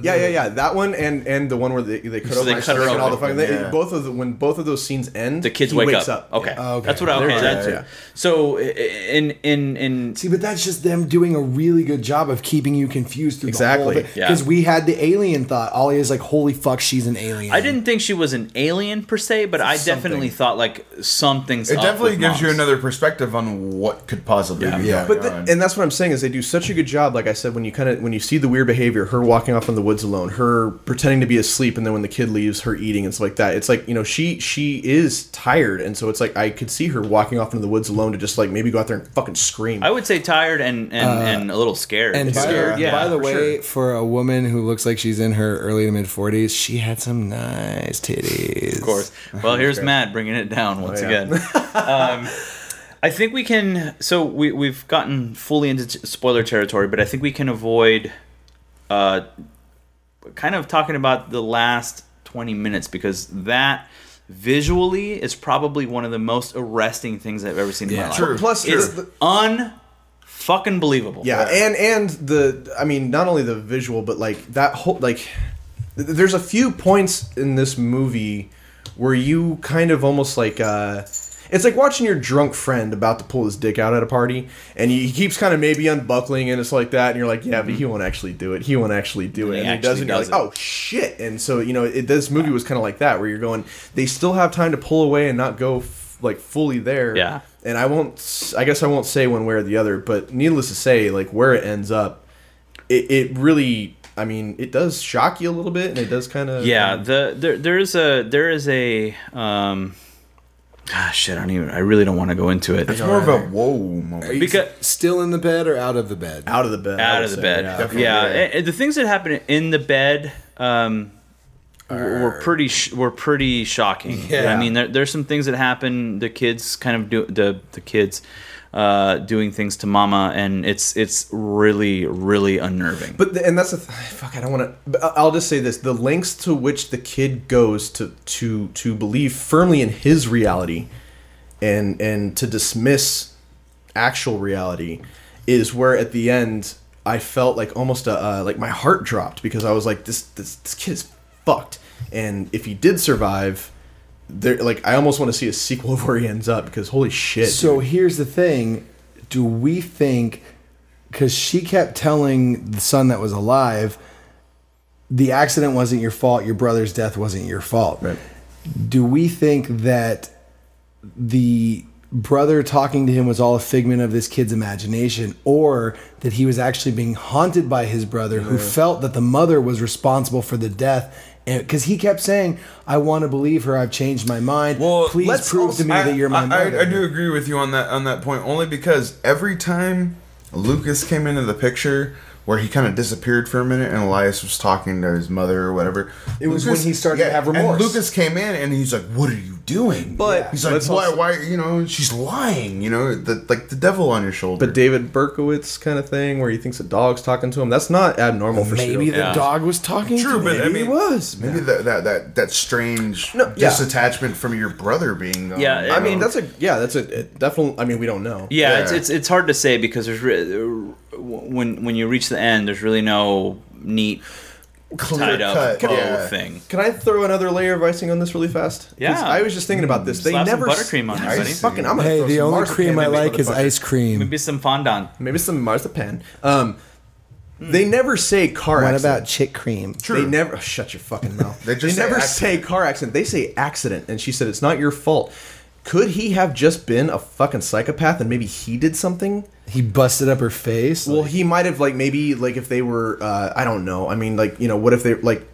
[SPEAKER 1] the
[SPEAKER 5] yeah, yeah, yeah. That one and and the one where they, they cut
[SPEAKER 3] So
[SPEAKER 5] open
[SPEAKER 3] they
[SPEAKER 5] my
[SPEAKER 3] cut her
[SPEAKER 5] stomach and all the
[SPEAKER 3] open,
[SPEAKER 5] fucking. they-
[SPEAKER 4] yeah.
[SPEAKER 5] both of the, when both of those scenes end,
[SPEAKER 3] The kids
[SPEAKER 5] he
[SPEAKER 3] wake
[SPEAKER 5] wakes
[SPEAKER 3] up. Okay.
[SPEAKER 5] Yeah. Oh,
[SPEAKER 1] Okay.
[SPEAKER 3] that's what I. Okay,
[SPEAKER 1] They're
[SPEAKER 3] that's
[SPEAKER 5] right, yeah.
[SPEAKER 3] so i- i- in in in
[SPEAKER 1] See, but that's just them doing a really good job of keeping you confused through
[SPEAKER 5] Exactly.
[SPEAKER 1] the whole
[SPEAKER 3] Yeah.
[SPEAKER 1] Because we had the alien thought. Ollie is like, "Holy fuck, she's an alien."
[SPEAKER 3] I didn't think she was an alien per se, but I
[SPEAKER 1] Something.
[SPEAKER 3] definitely thought like something's.
[SPEAKER 4] It
[SPEAKER 3] up
[SPEAKER 4] definitely
[SPEAKER 3] with
[SPEAKER 4] gives you
[SPEAKER 3] moms.
[SPEAKER 4] another perspective on what could possibly be
[SPEAKER 1] Yeah.
[SPEAKER 4] going
[SPEAKER 5] But the,
[SPEAKER 4] on.
[SPEAKER 5] and that's what I'm saying is they do such a good job. Like I said, when you kind of when you see the weird behavior, her walking off in the woods alone, her pretending to be asleep, and then when the kid leaves, her eating and stuff like that. It's like you know she she is tired, and so it's like I could see her walking off into the woods alone to just like maybe go out there and fucking scream.
[SPEAKER 3] I would say tired and and,
[SPEAKER 5] Uh,
[SPEAKER 3] and a little scared.
[SPEAKER 1] And by,
[SPEAKER 3] Scared,
[SPEAKER 1] the,
[SPEAKER 3] yeah.
[SPEAKER 1] Uh, by the
[SPEAKER 3] for
[SPEAKER 1] way,
[SPEAKER 3] sure.
[SPEAKER 1] for a woman who looks like she's in her early to mid 40s, she had some nice titties.
[SPEAKER 3] of course. Well, here's Matt bringing it
[SPEAKER 1] Oh,
[SPEAKER 3] down once again. um, I think we can. So we we've gotten fully into t- spoiler territory, but I think we can avoid, uh, kind of talking about the last twenty minutes because that visually is probably one of the most arresting things I've ever seen in my life.
[SPEAKER 4] True.
[SPEAKER 5] Plus,
[SPEAKER 4] Sure.
[SPEAKER 5] it's
[SPEAKER 3] It's
[SPEAKER 5] the,
[SPEAKER 3] un fucking believable.
[SPEAKER 5] yeah, and and the I mean not only the visual, but like that whole like th- there's a few points in this movie where you kind of almost like uh it's like watching your drunk friend about to pull his dick out at a party and he he keeps kind of maybe unbuckling and it's like that and you're like yeah but he won't actually do it he won't actually do it
[SPEAKER 3] he
[SPEAKER 5] Mm-hmm. and he,
[SPEAKER 3] actually
[SPEAKER 5] doesn't you're
[SPEAKER 3] does
[SPEAKER 5] like
[SPEAKER 3] it.
[SPEAKER 5] oh shit and so you know it, this movie was kind of like that where you're going they still have time to pull away and not go f- like fully there
[SPEAKER 3] Yeah.
[SPEAKER 5] and I won't. s- I guess I won't say one way or the other. But needless to say, like where it ends up, it, it really. I mean, it does shock you a little bit, and it does kind of.
[SPEAKER 3] Yeah, the there there is a there is a um ah shit, I don't even I really don't want to go into it.
[SPEAKER 4] it's more of a whoa moment.
[SPEAKER 3] Because
[SPEAKER 1] Still in the bed or out of the bed?
[SPEAKER 5] out of the bed. I
[SPEAKER 3] out
[SPEAKER 5] would
[SPEAKER 3] of the
[SPEAKER 5] say,
[SPEAKER 3] bed.
[SPEAKER 5] yeah.
[SPEAKER 3] Yeah,
[SPEAKER 4] Definitely, yeah.
[SPEAKER 3] and- and the things that happen in the bed um were were pretty sh- were pretty shocking.
[SPEAKER 1] Yeah.
[SPEAKER 3] I mean, there, there's some things that happen. The kids kind of do the the kids uh, doing things to mama, and it's it's really really unnerving.
[SPEAKER 5] But the, and that's the th- fuck. I don't want to. I'll just say this: the lengths to which the kid goes to to to believe firmly in his reality, and and to dismiss actual reality, is where at the end I felt like almost a uh, like my heart dropped because I was like this this this kid is fucked, and if he did survive. There, like I almost want to see a sequel of where he ends up because holy shit!
[SPEAKER 1] So here's the thing: Do we think? Because she kept telling the son that was alive, the accident wasn't your fault. Your brother's death wasn't your fault.
[SPEAKER 5] Right.
[SPEAKER 1] Do we think that the brother talking to him was all a figment of this kid's imagination, or that he was actually being haunted by his brother, who felt that the mother was responsible for the death? Because he kept saying, "I want to believe her. I've changed my mind.
[SPEAKER 4] Well,
[SPEAKER 1] Please
[SPEAKER 5] let's
[SPEAKER 1] prove
[SPEAKER 5] also-
[SPEAKER 1] to me that you're my
[SPEAKER 4] I,
[SPEAKER 1] mother."
[SPEAKER 4] I do agree with you on that on that point only because every time Lucas came into the picture where he kind of disappeared for a minute and Elias was talking to his mother or whatever.
[SPEAKER 1] It was when he started to have
[SPEAKER 4] And
[SPEAKER 1] remorse.
[SPEAKER 4] Lucas came in and he's like, "What are you doing?"
[SPEAKER 5] But-
[SPEAKER 4] he's like,
[SPEAKER 5] Let's
[SPEAKER 4] "Why?
[SPEAKER 5] also-
[SPEAKER 4] why? You know, she's lying. You know, the, like the devil on your shoulder."
[SPEAKER 5] but David Berkowitz kind of thing where he thinks a dog's talking to him. That's not abnormal for serial
[SPEAKER 1] Maybe the
[SPEAKER 3] Yeah.
[SPEAKER 1] dog was talking. to
[SPEAKER 4] True,
[SPEAKER 1] me.
[SPEAKER 4] but I
[SPEAKER 5] Maybe
[SPEAKER 4] mean,
[SPEAKER 5] he was,
[SPEAKER 4] maybe that that that that strange
[SPEAKER 5] No, yeah.
[SPEAKER 4] disattachment from your brother being gone.
[SPEAKER 3] Yeah,
[SPEAKER 4] you
[SPEAKER 5] I mean,
[SPEAKER 4] know?
[SPEAKER 5] that's a yeah, that's a it definitely. I mean, we don't know.
[SPEAKER 3] yeah, It's,
[SPEAKER 4] Yeah.
[SPEAKER 3] it's it's hard to say because there's re- when when you reach the end, there's really no neat
[SPEAKER 4] clear
[SPEAKER 3] tied up bow
[SPEAKER 4] yeah.
[SPEAKER 3] thing.
[SPEAKER 5] Can I throw another layer of icing on this really fast? 'Cause
[SPEAKER 3] Yeah.
[SPEAKER 5] I was just thinking about this. They
[SPEAKER 3] Slap some
[SPEAKER 5] never
[SPEAKER 3] buttercream on there, buddy.
[SPEAKER 4] Nice.
[SPEAKER 5] Fucking, I'm gonna
[SPEAKER 1] Hey,
[SPEAKER 5] throw
[SPEAKER 1] the
[SPEAKER 5] some
[SPEAKER 1] only
[SPEAKER 5] marzipan
[SPEAKER 1] cream
[SPEAKER 5] in
[SPEAKER 1] I
[SPEAKER 5] this
[SPEAKER 1] like is
[SPEAKER 5] motherfucker.
[SPEAKER 1] ice cream.
[SPEAKER 3] Maybe some fondant.
[SPEAKER 5] Maybe some marzipan. Um, they never say car
[SPEAKER 1] What
[SPEAKER 5] accident.
[SPEAKER 1] about chick cream?
[SPEAKER 5] They never oh, shut your fucking mouth.
[SPEAKER 4] They
[SPEAKER 5] they
[SPEAKER 4] just say
[SPEAKER 5] never say
[SPEAKER 4] accident.
[SPEAKER 5] car accident. They say accident, and she said it's not your fault. Could he have just been a fucking psychopath, and maybe he did something?
[SPEAKER 1] He busted up her face.
[SPEAKER 5] Well, he might have like maybe like if they were uh, I don't know. I mean, like you know, what if they like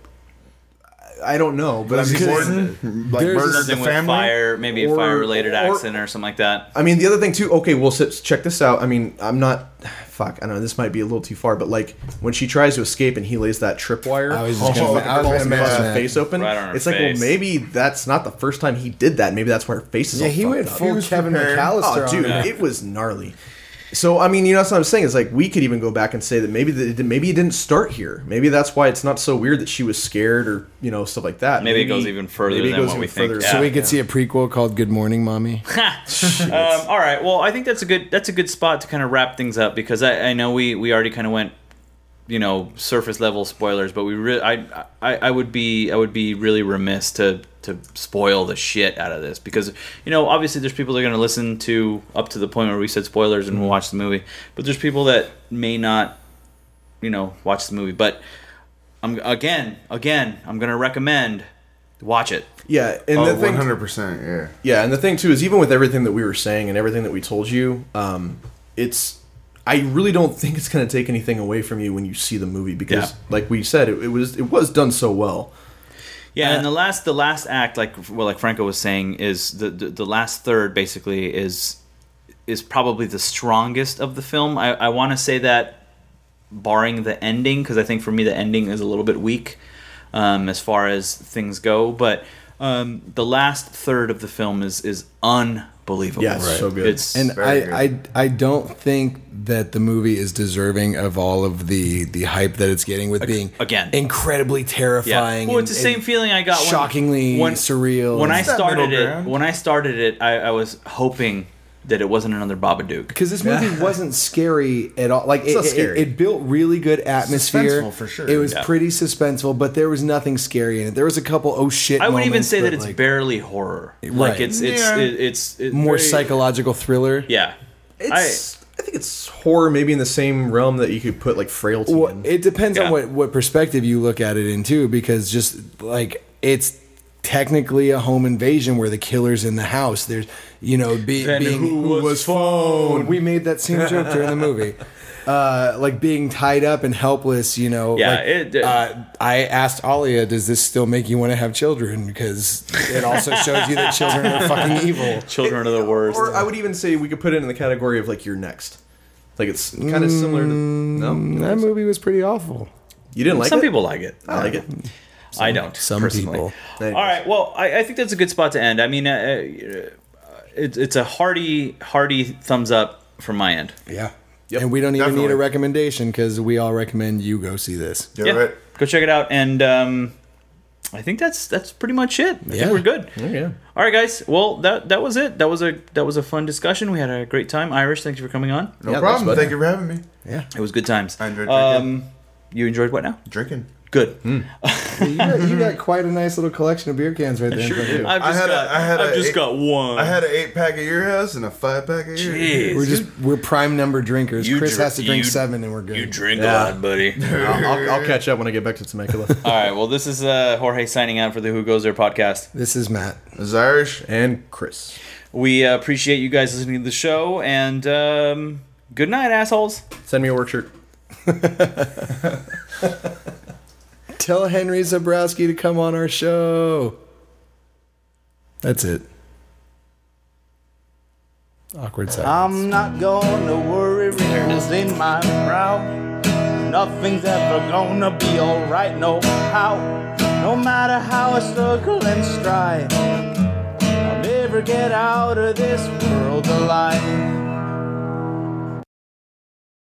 [SPEAKER 5] I don't know, but
[SPEAKER 4] Was
[SPEAKER 5] I'm
[SPEAKER 4] he
[SPEAKER 5] just saying-
[SPEAKER 4] Gordon? Like
[SPEAKER 1] There's-
[SPEAKER 4] murdered the
[SPEAKER 3] Something with
[SPEAKER 4] family.
[SPEAKER 3] fire, maybe a
[SPEAKER 5] Or-
[SPEAKER 3] fire related
[SPEAKER 5] or-
[SPEAKER 3] accident or something like that.
[SPEAKER 5] I mean, the other thing too. Okay, well, so, check this out. I mean, I'm not. Fuck, I know this might be a little too far, but like when she tries to escape and he lays that tripwire,
[SPEAKER 1] I was just
[SPEAKER 5] oh,
[SPEAKER 1] gonna-
[SPEAKER 5] like,
[SPEAKER 1] I was
[SPEAKER 5] falls
[SPEAKER 1] gonna
[SPEAKER 5] and
[SPEAKER 1] mention
[SPEAKER 5] busts her
[SPEAKER 1] that.
[SPEAKER 5] face open.
[SPEAKER 3] Right on her
[SPEAKER 5] it's like, well,
[SPEAKER 3] face.
[SPEAKER 5] maybe that's not the first time he did that. Maybe that's why her face is.
[SPEAKER 1] yeah,
[SPEAKER 5] all
[SPEAKER 1] he
[SPEAKER 5] fucked
[SPEAKER 1] went
[SPEAKER 5] up.
[SPEAKER 1] full
[SPEAKER 4] was
[SPEAKER 1] Kevin
[SPEAKER 4] prepared.
[SPEAKER 1] McAllister.
[SPEAKER 5] Oh, dude,
[SPEAKER 1] on her.
[SPEAKER 5] it was gnarly. So I mean, you know, that's what I'm saying. It's like we could even go back and say that maybe that it, maybe it didn't start here. Maybe that's why it's not so weird that she was scared or you know stuff like that.
[SPEAKER 3] Maybe it goes even further than what we think.
[SPEAKER 1] So
[SPEAKER 3] Yeah.
[SPEAKER 1] we could see a prequel called Good Morning Mommy.
[SPEAKER 3] Um, all right. Well, I think that's a good that's a good spot to kind of wrap things up because I, I know we we already kind of went you know surface level spoilers, but we really I, I I would be I would be really remiss to to spoil the shit out of this because you know obviously there's people that are going to listen to up to the point where we said spoilers and watch the movie, but there's people that may not you know watch the movie. But I'm again again I'm going to recommend watch it.
[SPEAKER 5] Yeah, and
[SPEAKER 4] Oh,
[SPEAKER 5] the thing,
[SPEAKER 4] 100%. Yeah.
[SPEAKER 5] yeah, and the thing too is even with everything that we were saying and everything that we told you, um, it's I really don't think it's going to take anything away from you when you see the movie because,
[SPEAKER 3] Yeah.
[SPEAKER 5] like we said, it, it was it was done so well.
[SPEAKER 3] Yeah, and the last the last act, like well, like Franco was saying, is the, the the last third basically is is probably the strongest of the film. I, I want to say that barring the ending, because I think for me the ending is a little bit weak um, as far as things go. But um, the last third of the film is is unbelievable.
[SPEAKER 5] Yeah, it's Right. so good.
[SPEAKER 3] It's
[SPEAKER 1] and
[SPEAKER 4] Very
[SPEAKER 1] I, I I don't think that the movie is deserving of all of the the hype that it's getting with being
[SPEAKER 3] again.
[SPEAKER 1] incredibly terrifying.
[SPEAKER 3] Well, it's
[SPEAKER 1] and-
[SPEAKER 3] the same
[SPEAKER 1] and
[SPEAKER 3] feeling I got when-
[SPEAKER 1] shockingly
[SPEAKER 3] when,
[SPEAKER 1] surreal.
[SPEAKER 3] When I
[SPEAKER 4] that
[SPEAKER 3] started
[SPEAKER 4] middle
[SPEAKER 3] it,
[SPEAKER 4] ground?
[SPEAKER 3] when I started it, I, I was hoping that it wasn't another Babadook.
[SPEAKER 1] because this movie wasn't scary at all. Like it,
[SPEAKER 5] not
[SPEAKER 1] it-
[SPEAKER 5] scary.
[SPEAKER 1] it, built really good atmosphere.
[SPEAKER 4] Suspenseful, for sure.
[SPEAKER 1] It was
[SPEAKER 3] Yeah.
[SPEAKER 1] pretty suspenseful, but there was nothing scary in it. There was a couple oh shit.
[SPEAKER 3] I would even
[SPEAKER 1] moments,
[SPEAKER 3] say
[SPEAKER 1] but,
[SPEAKER 3] that it's
[SPEAKER 1] like,
[SPEAKER 3] barely horror. Like
[SPEAKER 1] Right.
[SPEAKER 3] it's it's
[SPEAKER 4] Yeah.
[SPEAKER 3] it, it's it's
[SPEAKER 1] more
[SPEAKER 3] very-
[SPEAKER 1] psychological thriller.
[SPEAKER 3] Yeah.
[SPEAKER 5] It's I, think it's horror maybe in the same realm that you could put like frailty.
[SPEAKER 1] Well,
[SPEAKER 5] in.
[SPEAKER 1] it depends
[SPEAKER 3] Yeah.
[SPEAKER 1] on what what perspective you look at it in too, because just like it's technically a home invasion where the killer's in the house. There's you know be,
[SPEAKER 3] Then
[SPEAKER 1] being
[SPEAKER 3] who was
[SPEAKER 1] phone. We made that same joke during the movie. Uh, like being tied up and helpless, you know.
[SPEAKER 3] Yeah,
[SPEAKER 1] like,
[SPEAKER 3] it- it-
[SPEAKER 1] uh, I asked Alia, "Does this still make you want to have children?" Because it also shows you that children are fucking evil.
[SPEAKER 3] Children are the worst.
[SPEAKER 5] Or I would even say we could put it in the category of like you're next. Like it's kind of similar to no. You
[SPEAKER 1] That
[SPEAKER 5] didn't like it?
[SPEAKER 1] movie was pretty awful.
[SPEAKER 5] You didn't like
[SPEAKER 3] some
[SPEAKER 5] it?
[SPEAKER 3] people like it.
[SPEAKER 5] I like it.
[SPEAKER 3] I don't.
[SPEAKER 1] some
[SPEAKER 3] personally.
[SPEAKER 1] people.
[SPEAKER 5] Anyways.
[SPEAKER 3] All right. Well, I, I think that's a good spot to end. I mean, uh, uh, it's it's a hearty hearty thumbs up from my end.
[SPEAKER 1] Yeah. and we don't even need
[SPEAKER 4] definitely.
[SPEAKER 1] a recommendation because we all recommend you go see this.
[SPEAKER 4] Do
[SPEAKER 3] Yeah.
[SPEAKER 4] it.
[SPEAKER 3] Go check it out. And um, I think that's that's pretty much it. I
[SPEAKER 1] Yeah.
[SPEAKER 3] think we're good.
[SPEAKER 5] Yeah.
[SPEAKER 3] All right, guys. Well, that that was it. That was a that was a fun discussion. We had a great time. Irish, thanks for coming on.
[SPEAKER 4] No
[SPEAKER 5] Yeah, thanks,
[SPEAKER 4] problem.
[SPEAKER 5] bud.
[SPEAKER 4] Thank you for having me.
[SPEAKER 3] It was good times.
[SPEAKER 4] I enjoyed
[SPEAKER 3] Um, you enjoyed what now?
[SPEAKER 4] Drinking.
[SPEAKER 3] Good.
[SPEAKER 1] you, got, you got quite a nice little collection of beer cans right there. in front of you.
[SPEAKER 3] I've just
[SPEAKER 4] I had a-
[SPEAKER 3] got,
[SPEAKER 4] I had
[SPEAKER 3] have
[SPEAKER 4] a-
[SPEAKER 3] just
[SPEAKER 4] it-
[SPEAKER 3] got one.
[SPEAKER 4] I had an eight pack at your house and a five pack at your
[SPEAKER 3] Jeez.
[SPEAKER 1] We're just we're prime number drinkers.
[SPEAKER 3] You
[SPEAKER 1] Chris
[SPEAKER 3] dr-
[SPEAKER 1] has to drink
[SPEAKER 3] you-
[SPEAKER 1] seven, and we're good.
[SPEAKER 3] you drink a
[SPEAKER 5] Yeah.
[SPEAKER 3] lot, buddy.
[SPEAKER 5] I'll, I'll, I'll catch up when I get back to Temecula.
[SPEAKER 3] All right. Well, this is uh, Jorge signing out for the Who Goes There podcast.
[SPEAKER 1] This is Matt.
[SPEAKER 4] It's Irish.
[SPEAKER 5] and Chris.
[SPEAKER 3] We uh, appreciate you guys listening to the show, and um, good night, assholes.
[SPEAKER 5] Send me a work shirt.
[SPEAKER 1] Tell Henry Zabrowski to come on our show. That's it. Awkward silence.
[SPEAKER 2] I'm not gonna worry, wrinkles in my brow. Nothing's ever gonna be alright, no how. No matter how I struggle and strive, I'll never get out of this world alive.